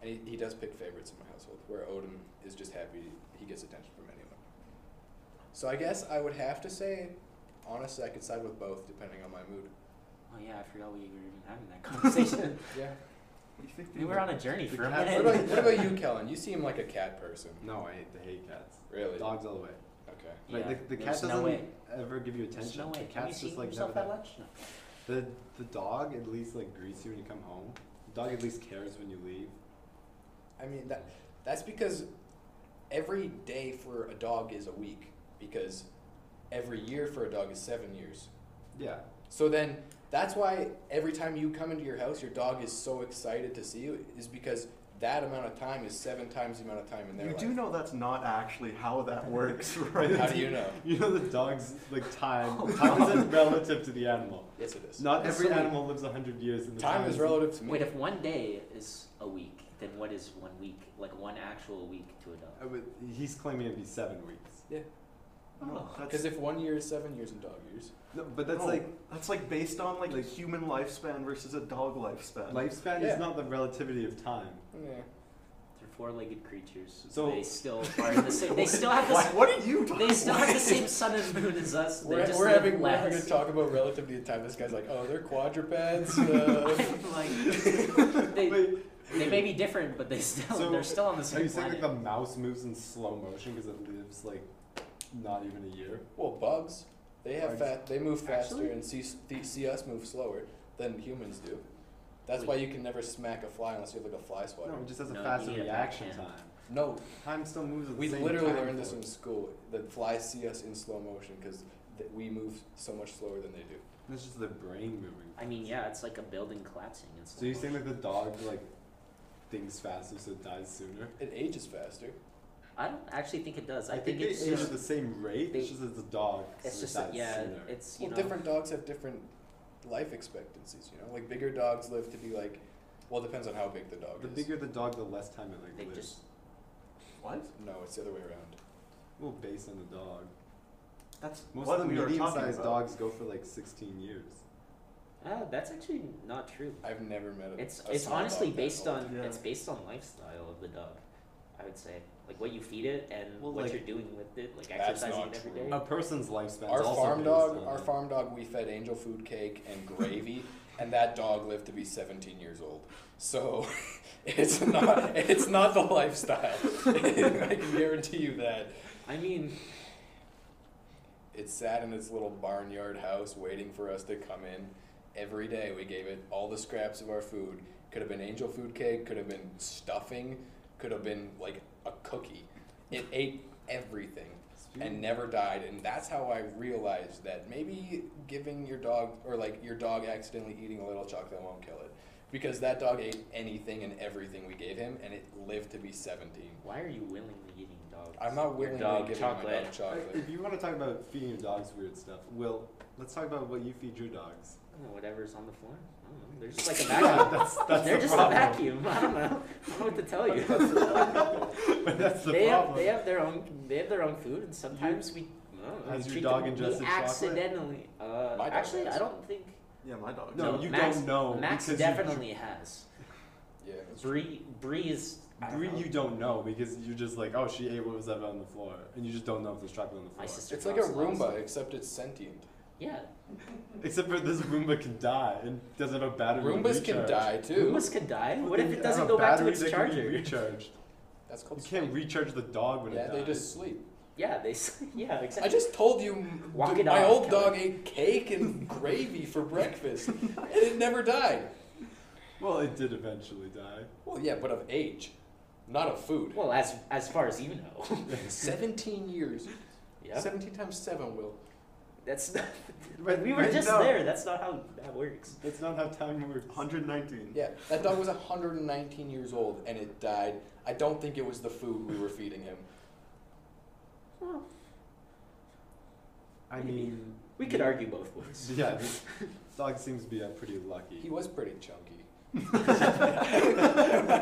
[SPEAKER 5] And he, he does pick favorites in my household, where Odin is just happy he gets attention from anyone. So I guess I would have to say, honestly, I could side with both depending on my mood.
[SPEAKER 2] Oh yeah, I forgot we were even having that conversation.
[SPEAKER 5] Yeah.
[SPEAKER 4] You think
[SPEAKER 2] we were on a journey
[SPEAKER 3] The
[SPEAKER 2] for a
[SPEAKER 3] cat-
[SPEAKER 5] What
[SPEAKER 2] minute.
[SPEAKER 5] about, what about you, Kellen? You seem like a cat person.
[SPEAKER 3] No, I hate, hate cats.
[SPEAKER 5] Really?
[SPEAKER 3] Dogs all the way.
[SPEAKER 5] Okay.
[SPEAKER 3] Like,
[SPEAKER 2] Yeah,
[SPEAKER 3] the, the cat
[SPEAKER 2] there's no
[SPEAKER 3] doesn't
[SPEAKER 2] way.
[SPEAKER 3] ever give you
[SPEAKER 2] There's
[SPEAKER 3] attention.
[SPEAKER 2] no
[SPEAKER 3] The
[SPEAKER 2] way. Can you
[SPEAKER 3] cat's
[SPEAKER 2] see
[SPEAKER 3] just like
[SPEAKER 2] yourself
[SPEAKER 3] never there.
[SPEAKER 2] at lunch? No.
[SPEAKER 3] The the dog at least like greets you when you come home. The dog at least cares when you leave.
[SPEAKER 5] I mean that that's because every day for a dog is a week because every year for a dog is 7 years.
[SPEAKER 3] Yeah.
[SPEAKER 5] So then that's why every time you come into your house your dog is so excited to see you is because that amount of time is 7 times the amount of time in their
[SPEAKER 4] You
[SPEAKER 5] life.
[SPEAKER 4] do know that's not actually how that works, right?
[SPEAKER 5] How do you know?
[SPEAKER 3] You know the dog's like time. time is relative to the animal.
[SPEAKER 5] Yes it is.
[SPEAKER 3] Not every
[SPEAKER 2] So-
[SPEAKER 3] animal lives hundred years. And the
[SPEAKER 5] Time is relative to me.
[SPEAKER 2] Wait, if one day is a week, then what is one week? Like one actual week to a dog?
[SPEAKER 3] I would- he's claiming it'd be seven weeks.
[SPEAKER 5] yeah.
[SPEAKER 4] No,
[SPEAKER 2] Oh.
[SPEAKER 5] Because
[SPEAKER 4] that's
[SPEAKER 5] if one year is seven years in dog years,
[SPEAKER 3] No, but that's
[SPEAKER 4] no,
[SPEAKER 3] like
[SPEAKER 4] that's like based on like, human lifespan versus a dog lifespan.
[SPEAKER 3] lifespan
[SPEAKER 5] Yeah.
[SPEAKER 3] is not the relativity of time.
[SPEAKER 5] yeah.
[SPEAKER 2] They're four-legged creatures.
[SPEAKER 3] So-
[SPEAKER 2] they still are in the same. They still have the.
[SPEAKER 4] Why-
[SPEAKER 2] s-
[SPEAKER 4] what are you talking?
[SPEAKER 2] They still have the same sun and moon as us. They
[SPEAKER 5] We're,
[SPEAKER 2] just
[SPEAKER 5] we're
[SPEAKER 2] live
[SPEAKER 5] having, we're
[SPEAKER 2] less.
[SPEAKER 5] having a talk about relativity of time. This guy's like, oh, they're quadrupeds. Uh,
[SPEAKER 2] I'm like, they,
[SPEAKER 3] Wait,
[SPEAKER 2] they may be different, but they still
[SPEAKER 3] So,
[SPEAKER 2] they're still on the
[SPEAKER 3] are
[SPEAKER 2] same
[SPEAKER 3] you saying like
[SPEAKER 2] planet.
[SPEAKER 3] the mouse moves in slow motion because it lives like not even a year?
[SPEAKER 5] well, bugs, they have
[SPEAKER 3] Bugs.
[SPEAKER 5] fat. They move faster
[SPEAKER 3] Actually?
[SPEAKER 5] and see, see, see us move slower than humans do. That's why you can never smack a fly unless you have like a fly swatter.
[SPEAKER 3] No, it just has a
[SPEAKER 2] No,
[SPEAKER 3] faster
[SPEAKER 2] you need a
[SPEAKER 3] reaction
[SPEAKER 2] backhand.
[SPEAKER 3] time.
[SPEAKER 5] No,
[SPEAKER 3] Time still moves at the
[SPEAKER 5] we
[SPEAKER 3] same
[SPEAKER 5] literally
[SPEAKER 3] time
[SPEAKER 5] learned this
[SPEAKER 3] for
[SPEAKER 5] in
[SPEAKER 3] it.
[SPEAKER 5] school that flies see us in slow motion because we move so much slower than they do.
[SPEAKER 3] That's just the brain moving.
[SPEAKER 2] I mean, yeah, it's like a building collapsing. It's
[SPEAKER 3] So you're saying that the dog like thinks faster so it dies sooner?
[SPEAKER 5] It ages faster.
[SPEAKER 2] I don't actually think it does. I,
[SPEAKER 3] think,
[SPEAKER 2] it's
[SPEAKER 3] they age
[SPEAKER 2] just
[SPEAKER 3] at the same rate. It's
[SPEAKER 2] they-
[SPEAKER 3] just as a dog.
[SPEAKER 2] it's
[SPEAKER 3] so it
[SPEAKER 2] just that-
[SPEAKER 3] dies
[SPEAKER 2] yeah,
[SPEAKER 3] sooner.
[SPEAKER 2] it's you
[SPEAKER 5] Well,
[SPEAKER 2] know
[SPEAKER 5] different dogs have different life expectancies. You know, like bigger dogs live to be like, well, it depends on how big the dog
[SPEAKER 3] the
[SPEAKER 5] is.
[SPEAKER 3] bigger the dog, the less time it like
[SPEAKER 2] They
[SPEAKER 3] lives.
[SPEAKER 2] just
[SPEAKER 4] What?
[SPEAKER 5] No, it's the other way around.
[SPEAKER 3] Well, based on the dog,
[SPEAKER 4] That's
[SPEAKER 3] most
[SPEAKER 4] what
[SPEAKER 3] of the
[SPEAKER 4] we are talking
[SPEAKER 3] medium-sized
[SPEAKER 4] about.
[SPEAKER 3] dogs go for like 16 years.
[SPEAKER 2] ah, that's actually not true.
[SPEAKER 5] I've never met a.
[SPEAKER 2] It's
[SPEAKER 5] a
[SPEAKER 2] it's
[SPEAKER 5] small dog
[SPEAKER 2] honestly
[SPEAKER 5] that
[SPEAKER 2] based
[SPEAKER 5] old.
[SPEAKER 2] on
[SPEAKER 4] Yeah.
[SPEAKER 2] it's based on lifestyle of the dog. I would say like what you feed it and
[SPEAKER 3] Well,
[SPEAKER 2] what
[SPEAKER 3] like-
[SPEAKER 2] you're doing with it, like
[SPEAKER 5] That's
[SPEAKER 2] exercising
[SPEAKER 5] not
[SPEAKER 2] it every
[SPEAKER 5] true.
[SPEAKER 2] day.
[SPEAKER 3] A person's lifespan.
[SPEAKER 5] Our
[SPEAKER 3] is also
[SPEAKER 5] farm
[SPEAKER 3] based
[SPEAKER 5] dog,
[SPEAKER 3] on
[SPEAKER 5] our
[SPEAKER 3] it.
[SPEAKER 5] farm dog, we fed angel food cake and gravy, and that dog lived to be 17 years old. So, it's not it's not the lifestyle. I can guarantee you that.
[SPEAKER 2] I mean,
[SPEAKER 5] It sat in its little barnyard house waiting for us to come in. Every day we gave it all the scraps of our food. Could have been angel food cake, could have been stuffing, could have been like a cookie. It ate everything and never died. And that's how I realized that maybe giving your dog, or like your dog accidentally eating a little chocolate won't kill it. Because that dog ate anything and everything we gave him, and it lived to be 17.
[SPEAKER 2] why are you willingly eating dogs?
[SPEAKER 5] I'm not
[SPEAKER 2] Your
[SPEAKER 5] willingly
[SPEAKER 2] dog
[SPEAKER 5] giving my
[SPEAKER 2] chocolate.
[SPEAKER 5] dog chocolate.
[SPEAKER 3] If you want to talk about feeding your dogs weird stuff, Will, let's talk about what you feed your dogs.
[SPEAKER 2] I don't know, whatever's on the floor. I don't know. They're just like a vacuum.
[SPEAKER 3] that's that's
[SPEAKER 2] They're
[SPEAKER 3] the
[SPEAKER 2] just
[SPEAKER 3] problem.
[SPEAKER 2] a vacuum. I don't know. I don't know what to tell you.
[SPEAKER 3] but that's the
[SPEAKER 2] they
[SPEAKER 3] problem.
[SPEAKER 2] have they have their own they have their own food, and sometimes we. I don't know,
[SPEAKER 3] Has
[SPEAKER 2] we
[SPEAKER 3] your
[SPEAKER 2] treat
[SPEAKER 3] dog
[SPEAKER 2] them- we
[SPEAKER 3] ingested chocolate?
[SPEAKER 2] accidentally? Uh,
[SPEAKER 5] My dog
[SPEAKER 2] actually,
[SPEAKER 5] has.
[SPEAKER 2] I don't think.
[SPEAKER 4] Yeah, my dog.
[SPEAKER 3] No, you
[SPEAKER 2] Max,
[SPEAKER 3] don't know
[SPEAKER 2] Max
[SPEAKER 3] because you-
[SPEAKER 2] definitely has.
[SPEAKER 5] Yeah, that's
[SPEAKER 2] Bree Bree is. I don't
[SPEAKER 3] Bree,
[SPEAKER 2] know.
[SPEAKER 3] you don't know because you're just like, oh, she ate what was ever on the floor, and you just don't know if there's chocolate on the floor.
[SPEAKER 2] My sister.
[SPEAKER 5] It's like a
[SPEAKER 2] knocks it out, so-
[SPEAKER 5] Roomba, except it's sentient.
[SPEAKER 2] Yeah,
[SPEAKER 3] Except for this Roomba can die and doesn't have a battery. to
[SPEAKER 5] Roombas can
[SPEAKER 3] recharge.
[SPEAKER 5] die too.
[SPEAKER 2] Roombas could die.
[SPEAKER 3] But
[SPEAKER 2] What if
[SPEAKER 3] they
[SPEAKER 2] it doesn't
[SPEAKER 3] have a
[SPEAKER 2] go back to
[SPEAKER 3] battery
[SPEAKER 2] its
[SPEAKER 3] that can be
[SPEAKER 2] charger?
[SPEAKER 3] recharged.
[SPEAKER 5] That's called.
[SPEAKER 3] You can't recharge the dog when
[SPEAKER 5] yeah,
[SPEAKER 3] it dies.
[SPEAKER 5] they just sleep.
[SPEAKER 2] Yeah, they. s- Yeah,
[SPEAKER 5] I
[SPEAKER 2] exactly.
[SPEAKER 5] just told you m-
[SPEAKER 2] Walk
[SPEAKER 5] th-
[SPEAKER 2] it
[SPEAKER 5] my
[SPEAKER 2] off,
[SPEAKER 5] old
[SPEAKER 2] Kelly.
[SPEAKER 5] dog ate cake and gravy for breakfast, and it never died.
[SPEAKER 3] Well, it did eventually die.
[SPEAKER 5] Well, yeah, but of age, not of food.
[SPEAKER 2] Well, as as far as you know.
[SPEAKER 5] Seventeen years.
[SPEAKER 2] yeah.
[SPEAKER 5] Seventeen times seven, Will.
[SPEAKER 2] That's not.
[SPEAKER 3] Right-
[SPEAKER 2] we were
[SPEAKER 3] right
[SPEAKER 2] just
[SPEAKER 3] now-
[SPEAKER 2] there. That's not how that works.
[SPEAKER 3] That's not how time works.
[SPEAKER 4] 119.
[SPEAKER 5] Yeah, that dog was hundred and nineteen years old, and it died. I don't think it was the food we were feeding him.
[SPEAKER 3] I mean,
[SPEAKER 2] We could argue both ways.
[SPEAKER 3] yeah, this dog seems to be uh, pretty lucky.
[SPEAKER 5] He was pretty chunky. I,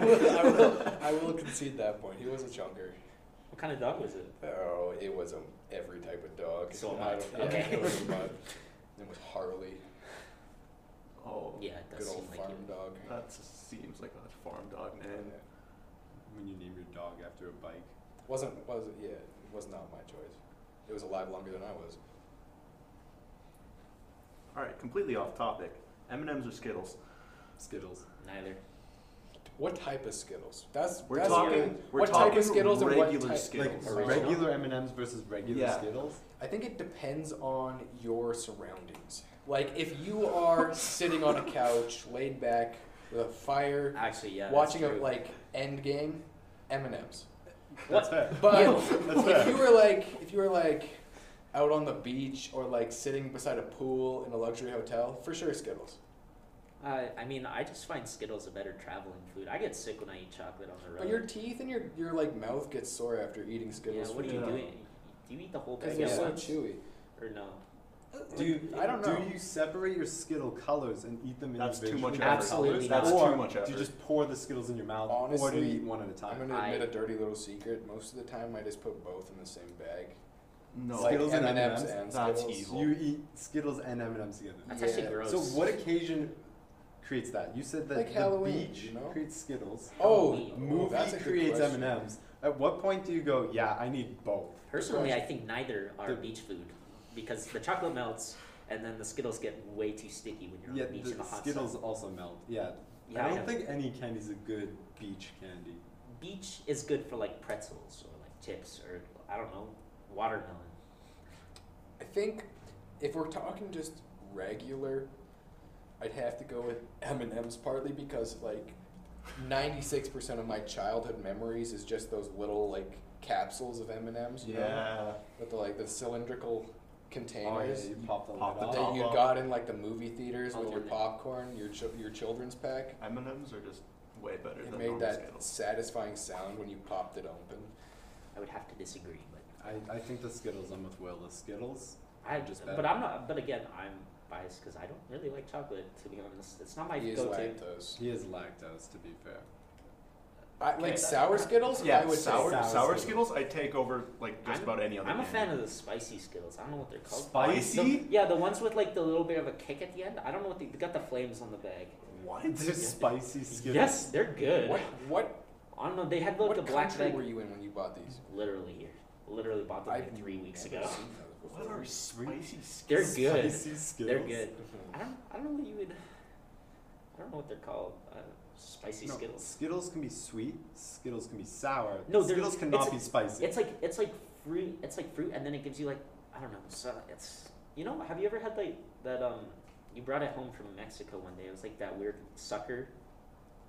[SPEAKER 5] will, I, will, I will concede that point. He was a chunker.
[SPEAKER 2] What kind of dog was it?
[SPEAKER 5] Oh, it was um, every type of dog.
[SPEAKER 2] So
[SPEAKER 5] I
[SPEAKER 2] much.
[SPEAKER 5] don't- yeah,
[SPEAKER 2] Okay.
[SPEAKER 5] it was a mutt. It was Harley,
[SPEAKER 4] Oh,
[SPEAKER 2] Yeah, it
[SPEAKER 5] good
[SPEAKER 2] does seem
[SPEAKER 5] old
[SPEAKER 2] like
[SPEAKER 5] farm
[SPEAKER 2] it.
[SPEAKER 5] dog.
[SPEAKER 4] that seems like a farm dog name.
[SPEAKER 3] When you name your dog after a bike.
[SPEAKER 5] Wasn't was yeah, it was not my choice. It was alive longer than I was.
[SPEAKER 4] All right, completely off topic. M and M's or Skittles?
[SPEAKER 3] Skittles.
[SPEAKER 2] Neither.
[SPEAKER 5] What type of Skittles? That's
[SPEAKER 4] We're
[SPEAKER 5] that's
[SPEAKER 4] talking.
[SPEAKER 5] weird.
[SPEAKER 4] We're
[SPEAKER 5] what
[SPEAKER 4] talking
[SPEAKER 5] type of Skittles and
[SPEAKER 4] regular
[SPEAKER 5] what type?
[SPEAKER 4] Skittles.
[SPEAKER 5] Like,
[SPEAKER 3] Like
[SPEAKER 5] Original.
[SPEAKER 3] regular M&Ms versus regular
[SPEAKER 4] Yeah.
[SPEAKER 3] Skittles.
[SPEAKER 5] I think it depends on your surroundings. Like if you are sitting on a couch, laid back, with a fire,
[SPEAKER 2] Actually, yeah. that's
[SPEAKER 5] watching a
[SPEAKER 2] true.
[SPEAKER 5] like Endgame, M and M's.
[SPEAKER 3] That's fair.
[SPEAKER 5] But
[SPEAKER 3] That's
[SPEAKER 5] if
[SPEAKER 3] fair.
[SPEAKER 5] you were like, if you were like, out on the beach or like sitting beside a pool in a luxury hotel, for sure Skittles.
[SPEAKER 2] Uh, I mean, I just find Skittles a better traveling food. I get sick when I eat chocolate on the road.
[SPEAKER 5] But your teeth and your your like mouth gets sore after eating
[SPEAKER 2] yeah,
[SPEAKER 5] Skittles.
[SPEAKER 2] what are
[SPEAKER 5] for
[SPEAKER 2] you
[SPEAKER 4] Yeah.
[SPEAKER 2] doing? Do you eat the whole
[SPEAKER 5] Because
[SPEAKER 2] bag at
[SPEAKER 5] they're so
[SPEAKER 2] once?
[SPEAKER 5] chewy.
[SPEAKER 2] Or no? Uh,
[SPEAKER 3] Do you,
[SPEAKER 5] I don't know.
[SPEAKER 3] Do you separate your Skittle colors and eat them
[SPEAKER 4] That's too
[SPEAKER 3] individually?
[SPEAKER 4] much effort.
[SPEAKER 2] Absolutely not.
[SPEAKER 4] That's
[SPEAKER 3] or
[SPEAKER 4] too much effort.
[SPEAKER 3] Do you just pour the Skittles in your mouth, or do
[SPEAKER 5] Honestly,
[SPEAKER 3] you eat one at a
[SPEAKER 5] I'm
[SPEAKER 3] time?
[SPEAKER 5] gonna admit
[SPEAKER 2] I-
[SPEAKER 5] a dirty little secret. Most of the time, I just put both in the same bag.
[SPEAKER 4] No.
[SPEAKER 5] Like
[SPEAKER 3] Skittles and
[SPEAKER 5] M&Ms
[SPEAKER 3] M&Ms?
[SPEAKER 5] and
[SPEAKER 4] That's
[SPEAKER 5] Skittles.
[SPEAKER 4] evil.
[SPEAKER 3] You eat Skittles and M&Ms together.
[SPEAKER 2] That's actually gross.
[SPEAKER 3] So what occasion creates that? You said that
[SPEAKER 5] Like
[SPEAKER 3] the
[SPEAKER 5] Halloween,
[SPEAKER 3] beach
[SPEAKER 5] you know?
[SPEAKER 3] creates Skittles.
[SPEAKER 5] Oh,
[SPEAKER 2] Ooh,
[SPEAKER 5] movie
[SPEAKER 3] Movie
[SPEAKER 5] that's a good
[SPEAKER 3] creates
[SPEAKER 5] question.
[SPEAKER 3] M&Ms. At what point do you go, yeah, I need both?
[SPEAKER 2] Personally, I
[SPEAKER 5] question.
[SPEAKER 2] think neither are
[SPEAKER 3] The-
[SPEAKER 2] beach food because the chocolate melts and then the Skittles get way too sticky when you're
[SPEAKER 3] Yeah,
[SPEAKER 2] on the beach in
[SPEAKER 3] the
[SPEAKER 2] the hot
[SPEAKER 3] Skittles
[SPEAKER 2] sun.
[SPEAKER 3] also melt. Yeah.
[SPEAKER 2] Yeah,
[SPEAKER 3] I
[SPEAKER 2] I
[SPEAKER 3] don't
[SPEAKER 2] know.
[SPEAKER 3] think any candy's a good beach candy.
[SPEAKER 2] Beach is good for like pretzels or like chips or I don't know watermelon.
[SPEAKER 5] I think if we're talking just regular, I'd have to go with M and M's partly because like ninety six percent of my childhood memories is just those little like capsules of M and M's. you know,
[SPEAKER 4] Yeah.
[SPEAKER 5] with the like the cylindrical
[SPEAKER 3] Oh, yeah,
[SPEAKER 5] containers.
[SPEAKER 3] you pop the
[SPEAKER 4] Pop
[SPEAKER 3] lid
[SPEAKER 4] the
[SPEAKER 3] off.
[SPEAKER 5] That
[SPEAKER 4] top
[SPEAKER 5] you
[SPEAKER 4] up.
[SPEAKER 5] got in like the movie theaters
[SPEAKER 2] I'll
[SPEAKER 5] with
[SPEAKER 2] do
[SPEAKER 5] your
[SPEAKER 2] that.
[SPEAKER 5] popcorn, your chil- your children's pack.
[SPEAKER 4] M&Ms are just way better
[SPEAKER 5] It
[SPEAKER 4] than
[SPEAKER 5] made
[SPEAKER 4] normal
[SPEAKER 5] that
[SPEAKER 4] Skittles.
[SPEAKER 5] satisfying sound when you popped it open.
[SPEAKER 2] I would have to disagree, but
[SPEAKER 3] I, I think the Skittles, I'm with Will. The Skittles,
[SPEAKER 2] I
[SPEAKER 3] Just
[SPEAKER 2] just
[SPEAKER 3] better.
[SPEAKER 2] but I'm not. But again, I'm biased because I don't really like chocolate. To be honest, it's not my
[SPEAKER 5] He is
[SPEAKER 2] go-to.
[SPEAKER 5] lactose.
[SPEAKER 3] he is lactose, to be fair.
[SPEAKER 5] I,
[SPEAKER 4] Okay.
[SPEAKER 5] like sour Skittles,
[SPEAKER 4] Yeah,
[SPEAKER 5] I would
[SPEAKER 4] sour,
[SPEAKER 5] say
[SPEAKER 4] sour,
[SPEAKER 3] sour
[SPEAKER 4] Skittles, I take over like just
[SPEAKER 2] I'm-
[SPEAKER 4] about any other.
[SPEAKER 2] I'm a
[SPEAKER 4] candy.
[SPEAKER 2] fan of the spicy Skittles. I don't know what they're called.
[SPEAKER 3] Spicy?
[SPEAKER 2] The- yeah, the ones with like the little bit of a kick at the end. I don't know what they, they got the flames on the bag.
[SPEAKER 4] What?
[SPEAKER 3] The spicy Skittles.
[SPEAKER 2] Yes, they're good.
[SPEAKER 5] What what
[SPEAKER 2] I don't know. They had like
[SPEAKER 5] What
[SPEAKER 2] the black
[SPEAKER 5] country
[SPEAKER 2] bag.
[SPEAKER 5] were you in when you bought these?
[SPEAKER 2] Literally here. Literally bought them like three weeks
[SPEAKER 5] never
[SPEAKER 2] ago.
[SPEAKER 5] seen those
[SPEAKER 4] What
[SPEAKER 5] before.
[SPEAKER 4] are spicy Skittles?
[SPEAKER 2] They're good.
[SPEAKER 3] Spicy
[SPEAKER 2] They're
[SPEAKER 3] Skittles.
[SPEAKER 2] good. I don't. I don't know what you would. I don't know what they're called. Uh, spicy
[SPEAKER 3] No,
[SPEAKER 2] Skittles.
[SPEAKER 3] Skittles can be sweet. Skittles can be sour.
[SPEAKER 2] No, they're-
[SPEAKER 3] Skittles cannot
[SPEAKER 2] it's-
[SPEAKER 3] be spicy.
[SPEAKER 2] It's like it's like fruit. It's like fruit, and then it gives you like I don't know. So it's you know. Have you ever had like that? Um, you brought it home from Mexico one day. It was like that weird sucker,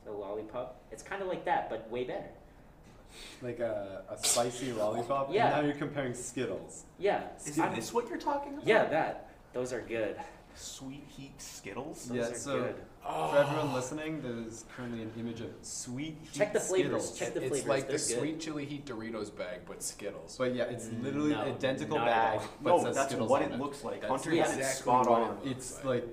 [SPEAKER 2] the lollipop. It's kind of like that, but way better.
[SPEAKER 3] like a, a spicy lollipop.
[SPEAKER 2] Yeah.
[SPEAKER 3] And now you're comparing Skittles.
[SPEAKER 2] Yeah.
[SPEAKER 4] Is
[SPEAKER 2] I'm-
[SPEAKER 4] this what you're talking about?
[SPEAKER 2] Yeah, that. Those are good.
[SPEAKER 4] Sweet heat Skittles.
[SPEAKER 2] Those
[SPEAKER 3] Yeah,
[SPEAKER 2] are
[SPEAKER 3] so-
[SPEAKER 2] good.
[SPEAKER 3] For
[SPEAKER 2] Oh.
[SPEAKER 3] everyone listening, there's currently an image of sweet heat
[SPEAKER 2] Check the flavors,
[SPEAKER 3] Skittles.
[SPEAKER 2] check the
[SPEAKER 5] it's
[SPEAKER 2] flavors,
[SPEAKER 5] like the
[SPEAKER 2] they're good.
[SPEAKER 5] sweet chili heat Doritos bag, but Skittles.
[SPEAKER 3] But yeah, it's literally
[SPEAKER 2] No,
[SPEAKER 3] identical
[SPEAKER 2] not at
[SPEAKER 3] bag,
[SPEAKER 2] all.
[SPEAKER 3] but
[SPEAKER 4] no,
[SPEAKER 3] says
[SPEAKER 4] that's
[SPEAKER 3] Skittles
[SPEAKER 4] what
[SPEAKER 3] on
[SPEAKER 4] it looks like.
[SPEAKER 5] That's
[SPEAKER 4] Hunter had it
[SPEAKER 5] exactly
[SPEAKER 4] spot
[SPEAKER 5] what it
[SPEAKER 4] on.
[SPEAKER 5] looks
[SPEAKER 3] It's like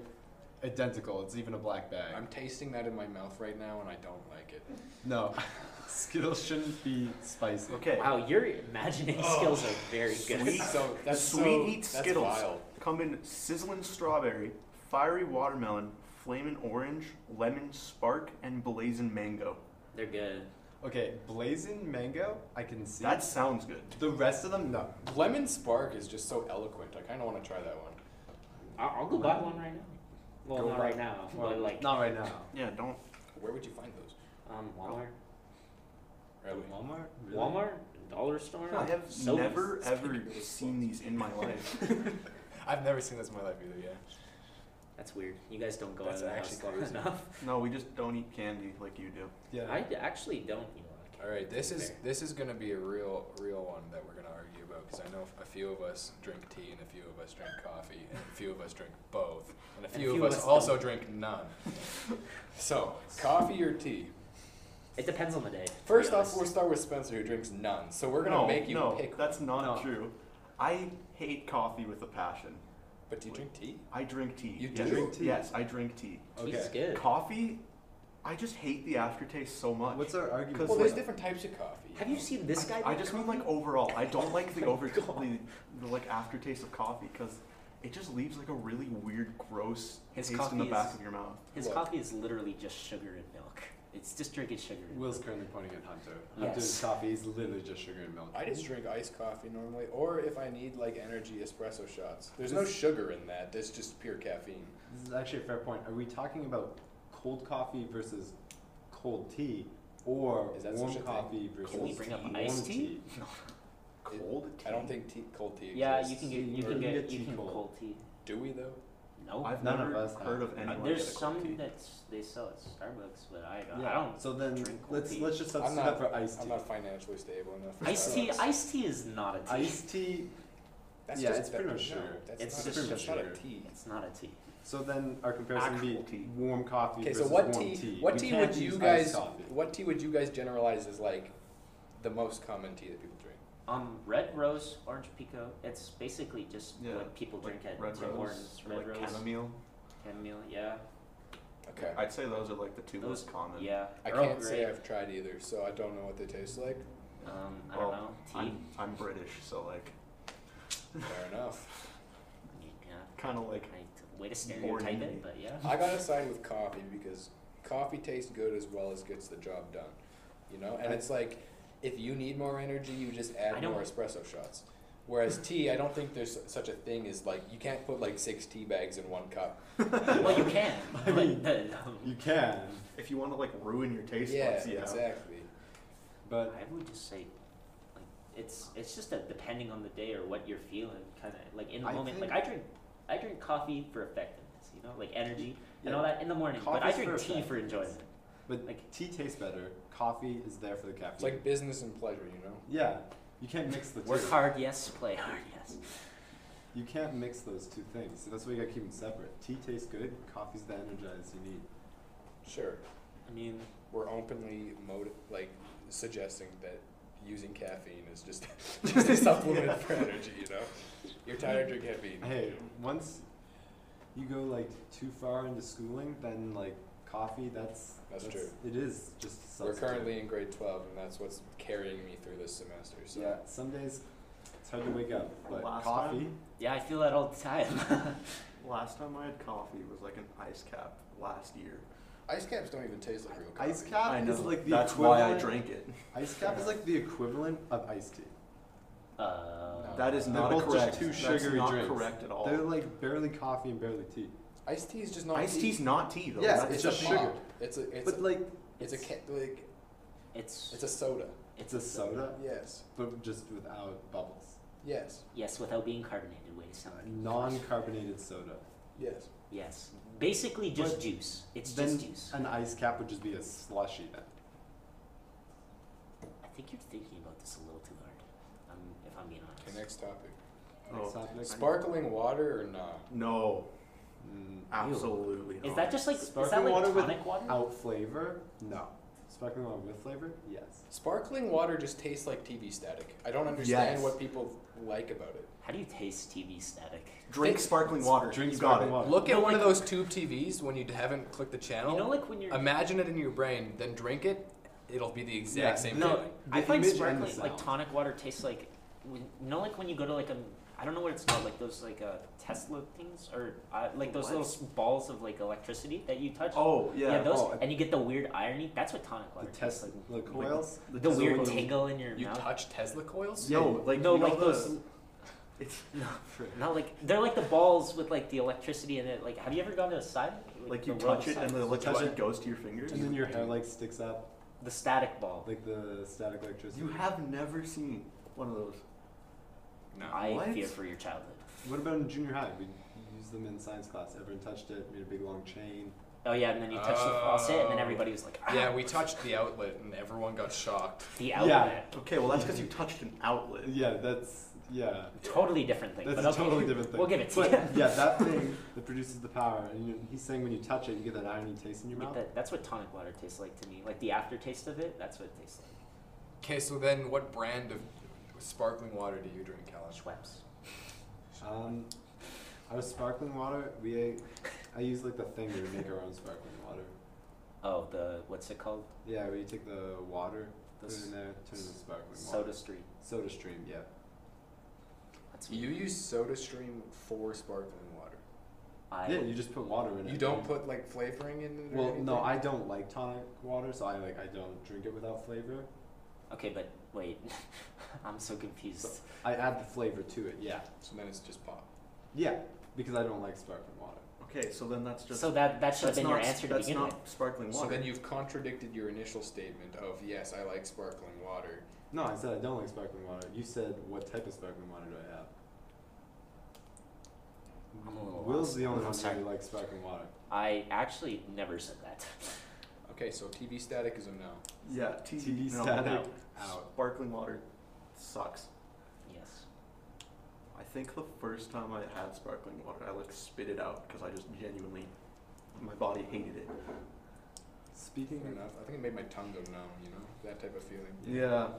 [SPEAKER 3] identical. It's even a black bag.
[SPEAKER 5] I'm tasting that in my mouth right now, and I don't like it.
[SPEAKER 3] No, Skittles shouldn't be spicy.
[SPEAKER 4] Okay.
[SPEAKER 2] Wow, your imagining skills are very good.
[SPEAKER 4] Oh, Sweet,
[SPEAKER 5] So that's
[SPEAKER 4] sweet
[SPEAKER 5] so-
[SPEAKER 4] heat
[SPEAKER 5] that's
[SPEAKER 4] Skittles
[SPEAKER 5] vile.
[SPEAKER 4] come in sizzling strawberry, fiery watermelon, flaming orange, lemon spark, and blazing mango.
[SPEAKER 2] They're good.
[SPEAKER 3] Okay, blazing mango. I can see.
[SPEAKER 4] That sounds good.
[SPEAKER 3] the rest of them. No.
[SPEAKER 5] Lemon spark is just so eloquent. I kind of want to try that one.
[SPEAKER 2] I'll, I'll go buy one right now. Well,
[SPEAKER 3] Go
[SPEAKER 2] not
[SPEAKER 3] buy-
[SPEAKER 2] right now,
[SPEAKER 3] Well,
[SPEAKER 2] but like
[SPEAKER 3] not right now.
[SPEAKER 4] Yeah, don't.
[SPEAKER 5] Where would you find those?
[SPEAKER 2] um, Walmart,
[SPEAKER 5] Really?
[SPEAKER 3] Walmart. Really?
[SPEAKER 2] Walmart, dollar store.
[SPEAKER 4] I have
[SPEAKER 2] Sobeys.
[SPEAKER 4] never ever seen these in my life.
[SPEAKER 5] I've never seen this in my life either. Yeah.
[SPEAKER 2] That's weird. You guys don't go
[SPEAKER 5] That's
[SPEAKER 2] out of the
[SPEAKER 5] actually
[SPEAKER 2] house long
[SPEAKER 5] crazy.
[SPEAKER 2] enough.
[SPEAKER 4] No, we just don't eat candy like you do.
[SPEAKER 3] Yeah.
[SPEAKER 2] I d- actually don't. You know,
[SPEAKER 5] All right. This is this is gonna be a real real one that we're gonna argue about because I know a few of us drink tea and a few of us drink coffee and a few of us drink both and a few, of us also drink none. so coffee or tea?
[SPEAKER 2] it depends on the day. to be
[SPEAKER 5] First off,
[SPEAKER 2] honest.
[SPEAKER 5] we'll start with Spencer, who drinks none. So we're gonna
[SPEAKER 4] no,
[SPEAKER 5] make you
[SPEAKER 4] no,
[SPEAKER 5] pick.
[SPEAKER 4] that's not
[SPEAKER 3] No.
[SPEAKER 4] true. I hate coffee with a passion.
[SPEAKER 5] But do you drink tea?
[SPEAKER 4] I drink tea.
[SPEAKER 5] You
[SPEAKER 4] yes.
[SPEAKER 5] do? Drink
[SPEAKER 3] tea?
[SPEAKER 4] Yes, I drink tea.
[SPEAKER 2] Tea's
[SPEAKER 5] Okay.
[SPEAKER 2] good.
[SPEAKER 4] Coffee, I just hate the aftertaste so much.
[SPEAKER 3] What's our argument?
[SPEAKER 4] Because,
[SPEAKER 5] Well,
[SPEAKER 4] like,
[SPEAKER 5] there's different types of coffee.
[SPEAKER 2] Have you seen this guy?
[SPEAKER 4] I
[SPEAKER 2] make
[SPEAKER 4] just
[SPEAKER 2] coffee?
[SPEAKER 4] mean like overall. I don't like the over the, the like aftertaste of coffee because it just leaves like a really weird, gross
[SPEAKER 2] His
[SPEAKER 4] taste in the
[SPEAKER 2] coffee
[SPEAKER 4] back
[SPEAKER 2] is-
[SPEAKER 4] of your mouth.
[SPEAKER 2] his
[SPEAKER 5] What?
[SPEAKER 2] coffee is literally just sugar and milk. It's just drinking sugar. And
[SPEAKER 3] Will's currently pointing at Hunter.
[SPEAKER 2] Yes.
[SPEAKER 3] Hunter's coffee is literally just sugar and milk.
[SPEAKER 5] I just drink iced coffee normally, or if I need like energy espresso shots. There's no sugar in that. That's just pure caffeine.
[SPEAKER 3] This is actually a fair point. Are we talking about cold coffee versus cold tea, or
[SPEAKER 5] Is that
[SPEAKER 3] warm
[SPEAKER 5] such a thing?
[SPEAKER 3] coffee versus
[SPEAKER 2] Can we bring up
[SPEAKER 3] warm
[SPEAKER 2] iced
[SPEAKER 3] tea?
[SPEAKER 2] tea?
[SPEAKER 4] Cold tea.
[SPEAKER 5] I don't think tea, cold tea.
[SPEAKER 2] milk. Yeah, you
[SPEAKER 5] exists.
[SPEAKER 2] can get you
[SPEAKER 3] Or
[SPEAKER 2] can
[SPEAKER 3] you
[SPEAKER 2] get,
[SPEAKER 3] get
[SPEAKER 2] you
[SPEAKER 3] tea
[SPEAKER 2] can
[SPEAKER 3] cold.
[SPEAKER 2] cold tea.
[SPEAKER 5] Do we though?
[SPEAKER 2] No,
[SPEAKER 4] I've
[SPEAKER 3] None
[SPEAKER 4] never
[SPEAKER 3] of us
[SPEAKER 4] heard
[SPEAKER 3] have.
[SPEAKER 4] of anyone.
[SPEAKER 2] Uh, there's
[SPEAKER 4] get a cold
[SPEAKER 2] some
[SPEAKER 4] tea.
[SPEAKER 2] that's they sell at Starbucks, but I,
[SPEAKER 3] Yeah.
[SPEAKER 2] I don't.
[SPEAKER 3] So then
[SPEAKER 2] drink cold
[SPEAKER 3] let's
[SPEAKER 2] tea.
[SPEAKER 3] let's just
[SPEAKER 5] I'm
[SPEAKER 3] substitute
[SPEAKER 5] not.
[SPEAKER 3] that for iced
[SPEAKER 5] I'm
[SPEAKER 3] tea.
[SPEAKER 5] not financially stable enough. for
[SPEAKER 2] Iced tea,
[SPEAKER 5] Starbucks.
[SPEAKER 2] iced tea is not a tea.
[SPEAKER 3] Iced tea.
[SPEAKER 5] That's
[SPEAKER 3] yeah,
[SPEAKER 5] just
[SPEAKER 3] it's pretty
[SPEAKER 5] that-
[SPEAKER 3] much
[SPEAKER 5] no,
[SPEAKER 3] sugar.
[SPEAKER 5] That's
[SPEAKER 2] It's
[SPEAKER 5] not,
[SPEAKER 2] just
[SPEAKER 5] that's not a
[SPEAKER 3] sugar.
[SPEAKER 5] tea.
[SPEAKER 2] It's not a tea.
[SPEAKER 3] So then our comparison would be
[SPEAKER 4] Actual tea.
[SPEAKER 3] warm coffee
[SPEAKER 5] Okay,
[SPEAKER 3] versus
[SPEAKER 5] so what
[SPEAKER 3] warm
[SPEAKER 5] tea?
[SPEAKER 3] tea.
[SPEAKER 5] What
[SPEAKER 3] We
[SPEAKER 5] tea
[SPEAKER 3] can't
[SPEAKER 5] would
[SPEAKER 3] use
[SPEAKER 5] you
[SPEAKER 3] iced
[SPEAKER 5] guys?
[SPEAKER 3] coffee.
[SPEAKER 5] What tea would you guys generalize as like the most common tea that people drink?
[SPEAKER 2] Um, red rose, orange pico. It's basically just
[SPEAKER 4] Yeah,
[SPEAKER 2] what people
[SPEAKER 4] Like
[SPEAKER 2] drink at
[SPEAKER 4] red
[SPEAKER 2] Tim
[SPEAKER 4] rose,
[SPEAKER 2] Hortons.
[SPEAKER 4] or
[SPEAKER 2] Red
[SPEAKER 4] like
[SPEAKER 2] rose,
[SPEAKER 4] chamomile.
[SPEAKER 2] chamomile. Yeah,
[SPEAKER 5] Okay.
[SPEAKER 4] I'd say those are like the two
[SPEAKER 2] Those-
[SPEAKER 4] most common.
[SPEAKER 2] yeah.
[SPEAKER 5] I
[SPEAKER 2] Earl
[SPEAKER 5] can't say
[SPEAKER 2] Grey,
[SPEAKER 5] I've tried either, so I don't know what they taste like.
[SPEAKER 2] Um, I
[SPEAKER 4] Well,
[SPEAKER 2] don't know. Tea.
[SPEAKER 4] I'm, I'm British, so like
[SPEAKER 5] Fair enough.
[SPEAKER 2] Yeah,
[SPEAKER 4] Kind of like
[SPEAKER 2] I, way to stereotype it, but yeah.
[SPEAKER 5] I gotta side with coffee because coffee tastes good as well as gets the job done. You know, and it's like if you need more energy, you just
[SPEAKER 2] I
[SPEAKER 5] add
[SPEAKER 2] don't-
[SPEAKER 5] more espresso shots. Whereas tea, I don't think there's such a thing as like you can't put like six tea bags in one cup.
[SPEAKER 2] well, you can. But the,
[SPEAKER 3] You can,
[SPEAKER 4] if you want to like ruin your taste
[SPEAKER 5] yeah,
[SPEAKER 4] buds. Yeah,
[SPEAKER 5] exactly.
[SPEAKER 3] but
[SPEAKER 2] I would just say, like, it's it's just a, depending on the day or what you're feeling, kind of like in the
[SPEAKER 3] I
[SPEAKER 2] moment. Like I
[SPEAKER 3] think-
[SPEAKER 2] drink, I drink coffee for effectiveness, you know, like energy and
[SPEAKER 3] Yeah.
[SPEAKER 2] all that in the morning. but I
[SPEAKER 3] Coffee's
[SPEAKER 2] drink
[SPEAKER 3] for
[SPEAKER 2] tea for
[SPEAKER 3] effectiveness.
[SPEAKER 2] enjoyment.
[SPEAKER 3] but
[SPEAKER 2] Like-
[SPEAKER 3] tea tastes better. Coffee is there for the caffeine.
[SPEAKER 5] It's like business and pleasure, you know.
[SPEAKER 3] yeah, you can't mix the two.
[SPEAKER 2] Work hard, yes. Play hard, yes.
[SPEAKER 3] You can't mix those two things. So that's why you gotta keep them separate. Tea tastes good. Coffee's the energizer you need.
[SPEAKER 5] Sure,
[SPEAKER 2] I mean,
[SPEAKER 5] we're openly moti- like suggesting that using caffeine is just just
[SPEAKER 3] Yeah.
[SPEAKER 5] a supplement for energy. You know, you're tired, drink caffeine.
[SPEAKER 3] Hey, once you go like too far into schooling, then like coffee, that's
[SPEAKER 5] That's
[SPEAKER 3] It is just. a
[SPEAKER 5] We're
[SPEAKER 3] substitute.
[SPEAKER 5] currently in grade twelve, and that's what's carrying me through this semester. So
[SPEAKER 3] Yeah, some days it's hard to wake up, but
[SPEAKER 4] Last
[SPEAKER 3] coffee.
[SPEAKER 2] yeah, I feel that all the time.
[SPEAKER 4] Last time I had coffee was like an ice cap last year.
[SPEAKER 5] ice caps don't even taste like real coffee.
[SPEAKER 3] Ice cap
[SPEAKER 4] I know.
[SPEAKER 3] is like the
[SPEAKER 4] That's
[SPEAKER 3] equivalent.
[SPEAKER 4] why I drank it.
[SPEAKER 3] Ice cap is like the equivalent of iced tea.
[SPEAKER 2] uh,
[SPEAKER 4] That is
[SPEAKER 3] They're
[SPEAKER 4] not a
[SPEAKER 3] both just
[SPEAKER 4] correct.
[SPEAKER 3] two
[SPEAKER 4] that's
[SPEAKER 3] sugary
[SPEAKER 4] not
[SPEAKER 3] drinks.
[SPEAKER 4] correct at all.
[SPEAKER 3] They're like barely coffee and barely tea.
[SPEAKER 5] Iced tea is just not.
[SPEAKER 4] Iced
[SPEAKER 5] tea.
[SPEAKER 4] tea's not tea though.
[SPEAKER 3] Yeah,
[SPEAKER 4] That's-
[SPEAKER 5] It's,
[SPEAKER 3] It's
[SPEAKER 5] just
[SPEAKER 3] just sugar.
[SPEAKER 5] sugar. It's a. It's
[SPEAKER 3] But
[SPEAKER 5] a,
[SPEAKER 3] like,
[SPEAKER 5] It's a ca- like.
[SPEAKER 2] it's
[SPEAKER 5] It's a soda.
[SPEAKER 3] it's a soda,
[SPEAKER 5] Yes.
[SPEAKER 3] but just without bubbles.
[SPEAKER 5] Yes.
[SPEAKER 2] yes without being carbonated. Way to sound like a
[SPEAKER 3] Non
[SPEAKER 2] flush.
[SPEAKER 3] carbonated soda.
[SPEAKER 5] Yes.
[SPEAKER 2] Yes, basically just
[SPEAKER 3] But
[SPEAKER 2] juice. It's
[SPEAKER 3] then
[SPEAKER 2] just juice.
[SPEAKER 3] An ice cap would just be a slushy then.
[SPEAKER 2] I think you're thinking about this a little too hard. Um, if I'm being honest.
[SPEAKER 5] Okay. Next topic.
[SPEAKER 4] Oh.
[SPEAKER 3] Next topic.
[SPEAKER 5] Sparkling water or not?
[SPEAKER 4] No,
[SPEAKER 3] Mm,
[SPEAKER 4] absolutely not.
[SPEAKER 2] Is that just like is that
[SPEAKER 3] Sparkling
[SPEAKER 2] like
[SPEAKER 3] water with-
[SPEAKER 2] tonic water?
[SPEAKER 3] out flavor? No. Sparkling water with flavor? Yes.
[SPEAKER 5] Sparkling water just tastes like TV static. I don't understand
[SPEAKER 4] Yes.
[SPEAKER 5] what people like about it.
[SPEAKER 2] How do you taste TV static?
[SPEAKER 4] drink
[SPEAKER 5] Think-
[SPEAKER 4] sparkling water?
[SPEAKER 3] Drink
[SPEAKER 4] you
[SPEAKER 3] sparkling
[SPEAKER 4] got
[SPEAKER 3] water.
[SPEAKER 5] Look
[SPEAKER 2] You
[SPEAKER 5] at
[SPEAKER 2] know,
[SPEAKER 5] one of
[SPEAKER 2] like-
[SPEAKER 5] those tube TVs when you haven't clicked the channel.
[SPEAKER 2] You know, like when you're
[SPEAKER 5] Oh, imagine it in your brain, then drink it. Itll be the exact
[SPEAKER 3] Yeah,
[SPEAKER 5] same
[SPEAKER 2] no,
[SPEAKER 5] feeling.
[SPEAKER 2] I
[SPEAKER 3] The
[SPEAKER 2] find
[SPEAKER 3] image and
[SPEAKER 2] sparkling
[SPEAKER 3] the
[SPEAKER 2] like
[SPEAKER 3] sound.
[SPEAKER 2] tonic water tastes like when, you know, like when you go to like a I don't know what it's called, like those like uh, Tesla things or uh, like those
[SPEAKER 4] What?
[SPEAKER 2] little s- balls of like electricity that you touch.
[SPEAKER 4] it. Oh yeah.
[SPEAKER 2] yeah, those,
[SPEAKER 3] oh, I-
[SPEAKER 2] and you get the weird irony. That's what tonic
[SPEAKER 3] The
[SPEAKER 2] water tastes
[SPEAKER 3] test
[SPEAKER 2] like.
[SPEAKER 3] the coils?
[SPEAKER 2] Like, the weird
[SPEAKER 4] Tesla-
[SPEAKER 2] tingle in your
[SPEAKER 5] You
[SPEAKER 2] mouth.
[SPEAKER 5] touch Tesla coils?
[SPEAKER 4] No,
[SPEAKER 3] Yeah,
[SPEAKER 4] like
[SPEAKER 2] no,
[SPEAKER 4] you know
[SPEAKER 2] like
[SPEAKER 4] the-
[SPEAKER 2] those.
[SPEAKER 4] It's
[SPEAKER 2] No, not like they're like the balls with like the electricity in it. Like, have you ever gone to a side?
[SPEAKER 4] like you
[SPEAKER 2] the world
[SPEAKER 4] touch it
[SPEAKER 2] side?
[SPEAKER 4] and the
[SPEAKER 3] Touch
[SPEAKER 4] electricity
[SPEAKER 3] it.
[SPEAKER 4] goes to your fingers.
[SPEAKER 3] And then your hair like sticks up,
[SPEAKER 2] the static ball.
[SPEAKER 3] like the static electricity.
[SPEAKER 4] You have never seen one of those.
[SPEAKER 5] No.
[SPEAKER 2] I
[SPEAKER 4] What?
[SPEAKER 2] fear for your childhood.
[SPEAKER 3] What about in junior high? We used them in science class. Everyone touched it, made a big long chain.
[SPEAKER 2] Oh yeah, and then you touch the faucet, and then everybody was like, ah,
[SPEAKER 5] Yeah, we touched the outlet and everyone got shocked.
[SPEAKER 2] the
[SPEAKER 3] Yeah.
[SPEAKER 2] outlet.
[SPEAKER 4] Okay, well that's because you touched an outlet.
[SPEAKER 3] Yeah, that's yeah.
[SPEAKER 2] Totally different thing.
[SPEAKER 3] That's
[SPEAKER 2] but
[SPEAKER 3] a
[SPEAKER 2] okay.
[SPEAKER 3] totally different thing.
[SPEAKER 2] We'll give it to
[SPEAKER 3] But,
[SPEAKER 2] you.
[SPEAKER 3] yeah, that thing that produces the power, and you, he's saying when you touch it, you get that irony taste in your
[SPEAKER 2] Like
[SPEAKER 3] mouth.
[SPEAKER 2] that- that's what tonic water tastes like to me. Like the aftertaste of it, that's what it tastes like.
[SPEAKER 5] Okay, so then what brand of sparkling water do you drink, Kalash?
[SPEAKER 2] Schweppes.
[SPEAKER 3] Um, our sparkling water, we I use like the thing where we make our own sparkling water.
[SPEAKER 2] Oh, the what's it called?
[SPEAKER 3] Yeah, where you take the water,
[SPEAKER 2] The
[SPEAKER 3] put it in there, turn it into
[SPEAKER 2] s-
[SPEAKER 3] sparkling water.
[SPEAKER 2] Soda Stream.
[SPEAKER 3] Soda Stream, yeah.
[SPEAKER 2] That's
[SPEAKER 5] You use SodaStream for sparkling water.
[SPEAKER 2] I
[SPEAKER 3] Yeah, you just put water in it.
[SPEAKER 5] You don't
[SPEAKER 3] and-
[SPEAKER 5] put like flavoring in it. Or
[SPEAKER 3] Well,
[SPEAKER 5] anything?
[SPEAKER 3] no, I don't like tonic water, so I like I don't drink it without flavor.
[SPEAKER 2] okay, but wait, I'm so confused.
[SPEAKER 3] I add the flavor to it, yeah.
[SPEAKER 5] So then it's just pop.
[SPEAKER 3] Yeah, because I don't like sparkling water.
[SPEAKER 4] Okay, so then that's just
[SPEAKER 2] so that that should have
[SPEAKER 4] that's
[SPEAKER 2] been
[SPEAKER 4] not
[SPEAKER 2] your answer to
[SPEAKER 4] that's
[SPEAKER 2] begin
[SPEAKER 4] not
[SPEAKER 2] with.
[SPEAKER 4] sparkling water.
[SPEAKER 5] So then you've contradicted your initial statement of yes, I like sparkling water.
[SPEAKER 3] No, I said I don't like sparkling water. You said what type of sparkling water do I have?
[SPEAKER 2] I'm a little
[SPEAKER 3] Will's
[SPEAKER 2] lost.
[SPEAKER 3] the only
[SPEAKER 2] I'm
[SPEAKER 3] one who
[SPEAKER 2] sorry.
[SPEAKER 3] really likes sparkling water.
[SPEAKER 2] I actually never said that.
[SPEAKER 5] Okay, so TV static is a no.
[SPEAKER 4] yeah, TV,
[SPEAKER 3] TV
[SPEAKER 4] no,
[SPEAKER 3] static
[SPEAKER 4] no.
[SPEAKER 3] out.
[SPEAKER 4] Sparkling water sucks.
[SPEAKER 2] yes.
[SPEAKER 4] I think the first time I had sparkling water, I like spit it out because I just genuinely, my body hated it.
[SPEAKER 3] Speaking
[SPEAKER 5] Fair enough. I think it made my tongue go numb. You know that type of feeling.
[SPEAKER 4] Yeah.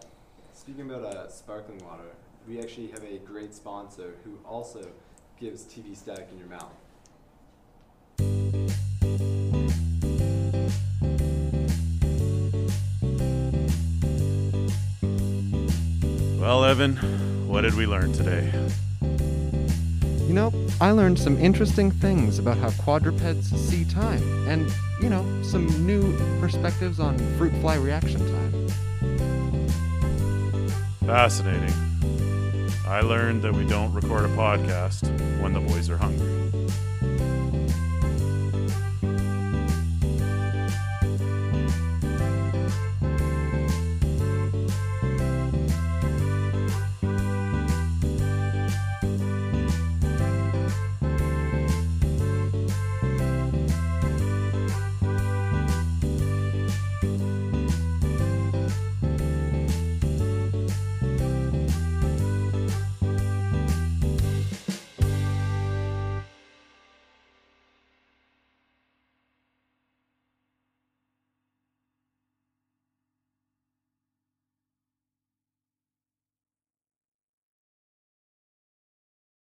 [SPEAKER 3] speaking about uh, sparkling water, we actually have a great sponsor who also gives TV static in your mouth.
[SPEAKER 1] Well, Evan, what did we learn today?
[SPEAKER 6] You know, I learned some interesting things about how quadrupeds see time, and, you know, some new perspectives on fruit fly reaction time.
[SPEAKER 1] Fascinating. I learned that we don't record a podcast when the boys are hungry.